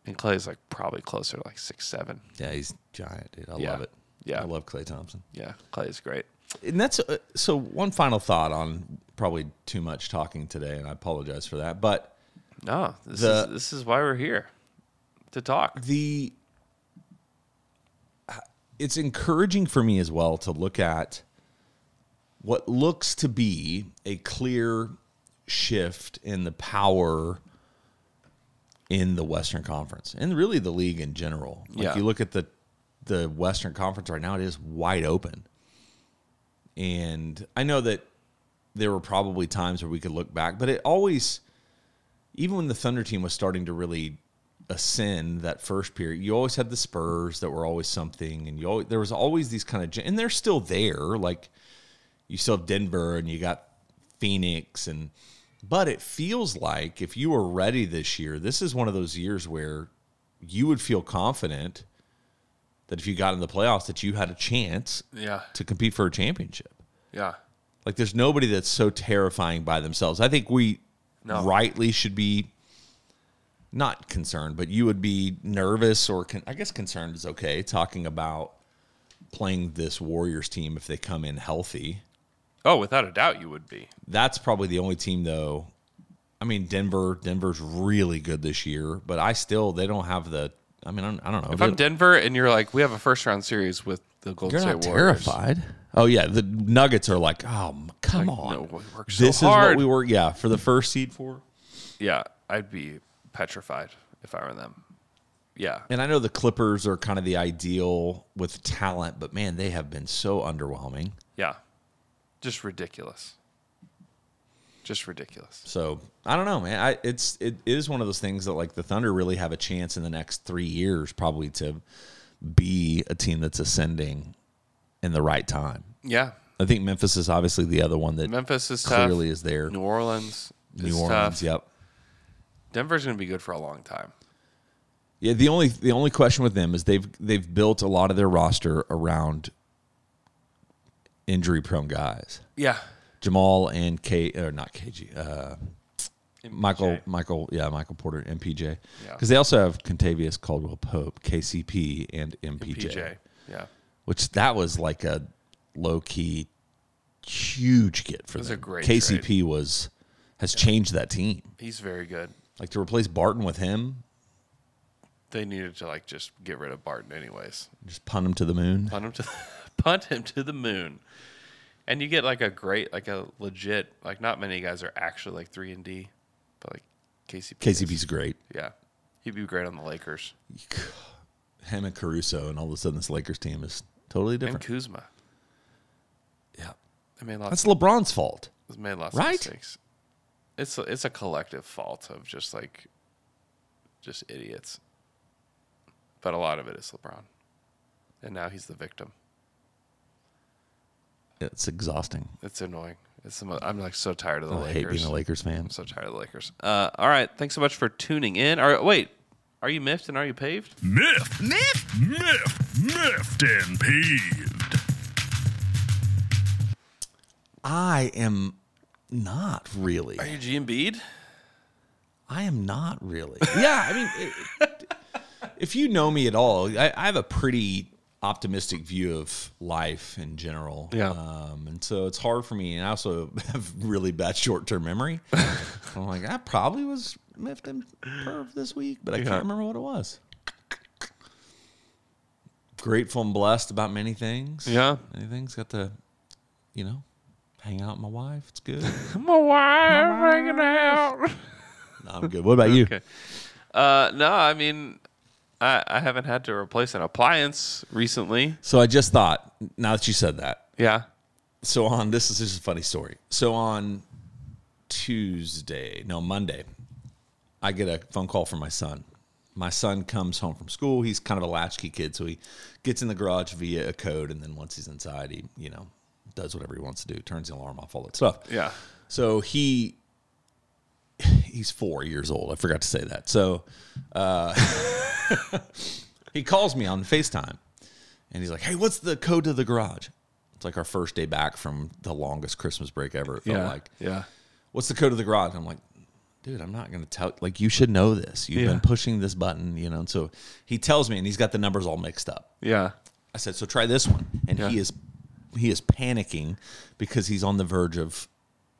[SPEAKER 5] and Clay's like probably closer to like six seven.
[SPEAKER 1] Yeah, he's giant, dude. I
[SPEAKER 5] Yeah.
[SPEAKER 1] love it.
[SPEAKER 5] Yeah.
[SPEAKER 1] I love Clay Thompson.
[SPEAKER 5] Yeah, Clay's great.
[SPEAKER 1] And that's uh, so. One final thought on probably too much talking today, and I apologize for that. But
[SPEAKER 5] No, this
[SPEAKER 1] The-
[SPEAKER 5] is this is why we're here to talk.
[SPEAKER 1] The it's encouraging for me as well to look at what looks to be a clear shift in the power in the Western Conference and really the league in general. Like
[SPEAKER 2] Yeah.
[SPEAKER 1] you look at the the Western Conference right now, it is wide open. And I know that there were probably times where we could look back, but it always even when the Thunder team was starting to really ascend that first period, you always had the Spurs that were always something, and you always, there was always these kind of and they're still there. Like you still have Denver, and you got Phoenix, and but it feels like if you were ready this year, this is one of those years where you would feel confident that if you got in the playoffs, that you had a chance
[SPEAKER 5] Yeah.
[SPEAKER 1] to compete for a championship.
[SPEAKER 5] Yeah.
[SPEAKER 1] Like there's nobody that's so terrifying by themselves. I think we
[SPEAKER 5] No.
[SPEAKER 1] rightly should be not concerned, but you would be nervous or con- I guess concerned is okay talking about playing this Warriors team if they come in healthy.
[SPEAKER 5] Oh, without a doubt, you would be.
[SPEAKER 1] That's probably the only team though. I mean Denver, Denver's really good this year, but I still they don't have the I mean I don't, I don't know.
[SPEAKER 5] If
[SPEAKER 1] They-
[SPEAKER 5] I'm Denver and you're like, we have a first round series with the Golden
[SPEAKER 1] You're
[SPEAKER 5] State
[SPEAKER 1] not
[SPEAKER 5] Warriors.
[SPEAKER 1] terrified. Oh yeah, the Nuggets are like, "Oh, m- come
[SPEAKER 5] Like,
[SPEAKER 1] on."
[SPEAKER 5] no, we worked so
[SPEAKER 1] this is
[SPEAKER 5] hard.
[SPEAKER 1] what we were yeah, for the first seed for.
[SPEAKER 5] Yeah, I'd be petrified if I were them. Yeah,
[SPEAKER 1] And I know the Clippers are kind of the ideal with talent, but man, they have been so underwhelming.
[SPEAKER 5] yeah, just ridiculous. Just ridiculous.
[SPEAKER 1] So I don't know, man. I, it's it is one of those things that like the Thunder really have a chance in the next three years probably to be a team that's ascending in the right time.
[SPEAKER 5] Yeah,
[SPEAKER 1] I think Memphis is obviously the other one that
[SPEAKER 5] Memphis is tough.
[SPEAKER 1] clearly is there.
[SPEAKER 5] New Orleans,
[SPEAKER 1] New
[SPEAKER 5] is
[SPEAKER 1] Orleans,
[SPEAKER 5] tough.
[SPEAKER 1] yep.
[SPEAKER 5] Denver's gonna be good for a long time.
[SPEAKER 1] Yeah, the only the only question with them is they've they've built a lot of their roster around injury prone guys.
[SPEAKER 5] Yeah.
[SPEAKER 1] Jamal and K or not KG. Uh, Michael Michael yeah Michael Porter MPJ
[SPEAKER 5] Yeah.
[SPEAKER 1] because they also have Contavious Caldwell Pope KCP and MPJ,
[SPEAKER 5] MPJ, yeah.
[SPEAKER 1] which that was like a low key huge get for
[SPEAKER 5] It was
[SPEAKER 1] them.
[SPEAKER 5] a great
[SPEAKER 1] KCP was has changed that team
[SPEAKER 5] He's very good.
[SPEAKER 1] like to replace Barton with him
[SPEAKER 5] They needed to like just get rid of Barton, anyways.
[SPEAKER 1] just punt him to the moon
[SPEAKER 5] Punt him to punt him to the *laughs* moon. And you get like a great, like a legit, like not many guys are actually like three and D, but like KCP. is.
[SPEAKER 1] KCP's great
[SPEAKER 5] Yeah, he'd be great on the Lakers.
[SPEAKER 1] him and Caruso, and all of a sudden this Lakers team is totally
[SPEAKER 5] And
[SPEAKER 1] different.
[SPEAKER 5] Kuzma.
[SPEAKER 1] Yeah.
[SPEAKER 5] They made lots
[SPEAKER 1] That's
[SPEAKER 5] of-
[SPEAKER 1] LeBron's fault.
[SPEAKER 5] It's made lots
[SPEAKER 1] Right?
[SPEAKER 5] of mistakes. It's a, it's a collective fault of just like just idiots. But a lot of it is LeBron. And now he's the victim.
[SPEAKER 1] It's exhausting.
[SPEAKER 5] It's annoying. It's the mo- I'm like so tired of the
[SPEAKER 1] I
[SPEAKER 5] Lakers.
[SPEAKER 1] hate being a Lakers fan.
[SPEAKER 5] I'm so tired of the Lakers. Uh, all right, thanks so much for tuning in. All right, wait, are you miffed and are you paved?
[SPEAKER 7] Miffed. Miffed. Miffed. Miffed and peeved.
[SPEAKER 1] I am not really.
[SPEAKER 5] Are you G Embiid?
[SPEAKER 1] I am not really. *laughs* Yeah, I mean, it- if you know me at all, I, I have a pretty optimistic view of life in general.
[SPEAKER 5] Yeah.
[SPEAKER 1] Um, and so it's hard for me. And I also *laughs* have really bad short term *laughs* memory. I'm like, I probably was miffed and perv this week, but I
[SPEAKER 5] Yeah.
[SPEAKER 1] can't remember what it was. Grateful and blessed about many things.
[SPEAKER 5] Yeah.
[SPEAKER 1] Many things. Got to, you know, hang out with my wife. It's good.
[SPEAKER 5] My wife hanging out.
[SPEAKER 1] No, I'm good. What about you?
[SPEAKER 5] Okay. Uh, no, I mean, I, I haven't had to replace an appliance recently.
[SPEAKER 1] So I just thought, now that you said that.
[SPEAKER 5] Yeah.
[SPEAKER 1] So on this is this is a funny story. So on Tuesday, no Monday, I get a phone call from my son. My son comes home from school. He's kind of a latchkey kid, so he gets in the garage via a code, and then once he's inside, he you know does whatever he wants to do, turns the alarm off, all that stuff.
[SPEAKER 5] Yeah.
[SPEAKER 1] So he he's four years old. I forgot to say that. So uh, *laughs* he calls me on FaceTime and he's like, Hey, what's the code to the garage? It's like our first day back from the longest Christmas break ever. It felt
[SPEAKER 5] Yeah,
[SPEAKER 1] like,
[SPEAKER 5] yeah.
[SPEAKER 1] What's the code to the garage? I'm like, Dude, I'm not going to tell. Like, you should know this. You've
[SPEAKER 5] Yeah.
[SPEAKER 1] been pushing this button, you know. And so he tells me, and he's got the numbers all mixed up.
[SPEAKER 5] Yeah.
[SPEAKER 1] I said, so try this one, and he is he is panicking because he's on the verge of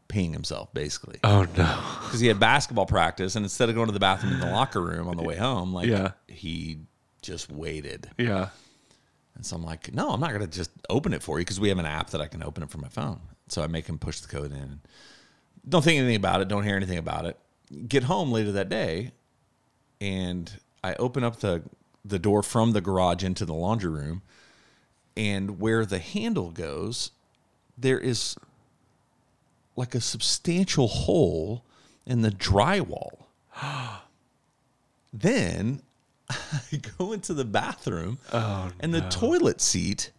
[SPEAKER 1] peeing himself, basically.
[SPEAKER 5] Oh,
[SPEAKER 1] no! Because he had basketball practice, and instead of going to the bathroom in the locker room on the way home, like
[SPEAKER 5] Yeah.
[SPEAKER 1] he just waited.
[SPEAKER 5] Yeah.
[SPEAKER 1] And so I'm like, no, I'm not gonna just open it for you because we have an app that I can open it from my phone. So I make him push the code in. Don't think anything about it. Don't hear anything about it. Get home later that day, and I open up the the door from the garage into the laundry room, and where the handle goes, there is like a substantial hole in the drywall. then I *laughs* go into the bathroom, and the toilet seat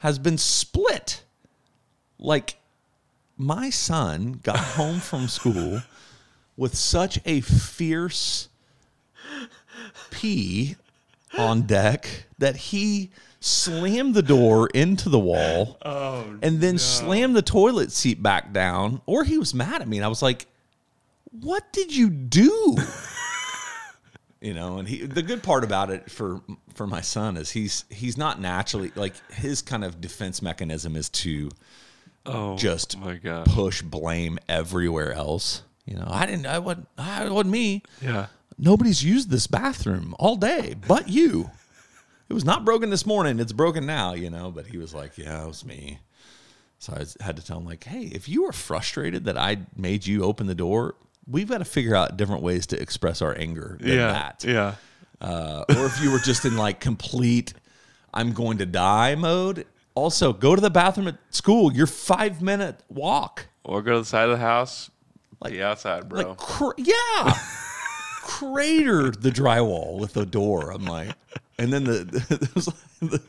[SPEAKER 1] has been split. Like my son got home from school with such a fierce pee on deck that he slammed the door into the wall
[SPEAKER 7] Oh,
[SPEAKER 1] and then slammed the toilet seat back down or he was mad at me and i was like what did you do *laughs* you know and he the good part about it for for my son is he's he's not naturally like his kind of defense mechanism is to
[SPEAKER 5] Oh,
[SPEAKER 1] just
[SPEAKER 5] my God.
[SPEAKER 1] push blame everywhere else you know i didn't i wasn't i it wasn't me
[SPEAKER 5] Yeah.
[SPEAKER 1] nobody's used this bathroom all day but you it was not broken this morning it's broken now you know but he was like yeah it was me so i had to tell him like hey if you were frustrated that i made you open the door we've got to figure out different ways to express our anger than
[SPEAKER 5] Yeah,
[SPEAKER 1] that
[SPEAKER 5] yeah.
[SPEAKER 1] uh, or if you were just in like complete i'm going to die mode also go to the bathroom at school your five minute walk
[SPEAKER 5] Or go to the side of the house. Like, the outside, bro.
[SPEAKER 1] like cr- yeah *laughs* cratered the drywall with the door i'm like and then the, *laughs* it was like the-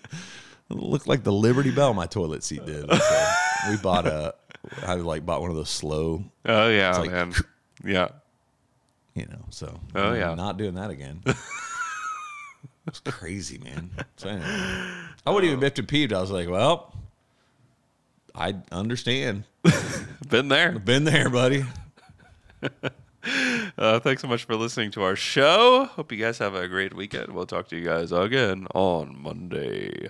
[SPEAKER 1] it looked like the liberty bell my toilet seat did So we bought a i like bought one of those slow
[SPEAKER 5] oh yeah,
[SPEAKER 1] it's like,
[SPEAKER 5] man. yeah.
[SPEAKER 1] you know so
[SPEAKER 5] Oh,
[SPEAKER 1] I'm
[SPEAKER 5] yeah.
[SPEAKER 1] not doing that again it's crazy man so anyway, i wouldn't even biffed and peeved i was like well i understand
[SPEAKER 5] been there
[SPEAKER 1] been there buddy
[SPEAKER 5] Uh, thanks so much for listening to our show. Hope you guys have a great weekend. We'll talk to you guys again on Monday.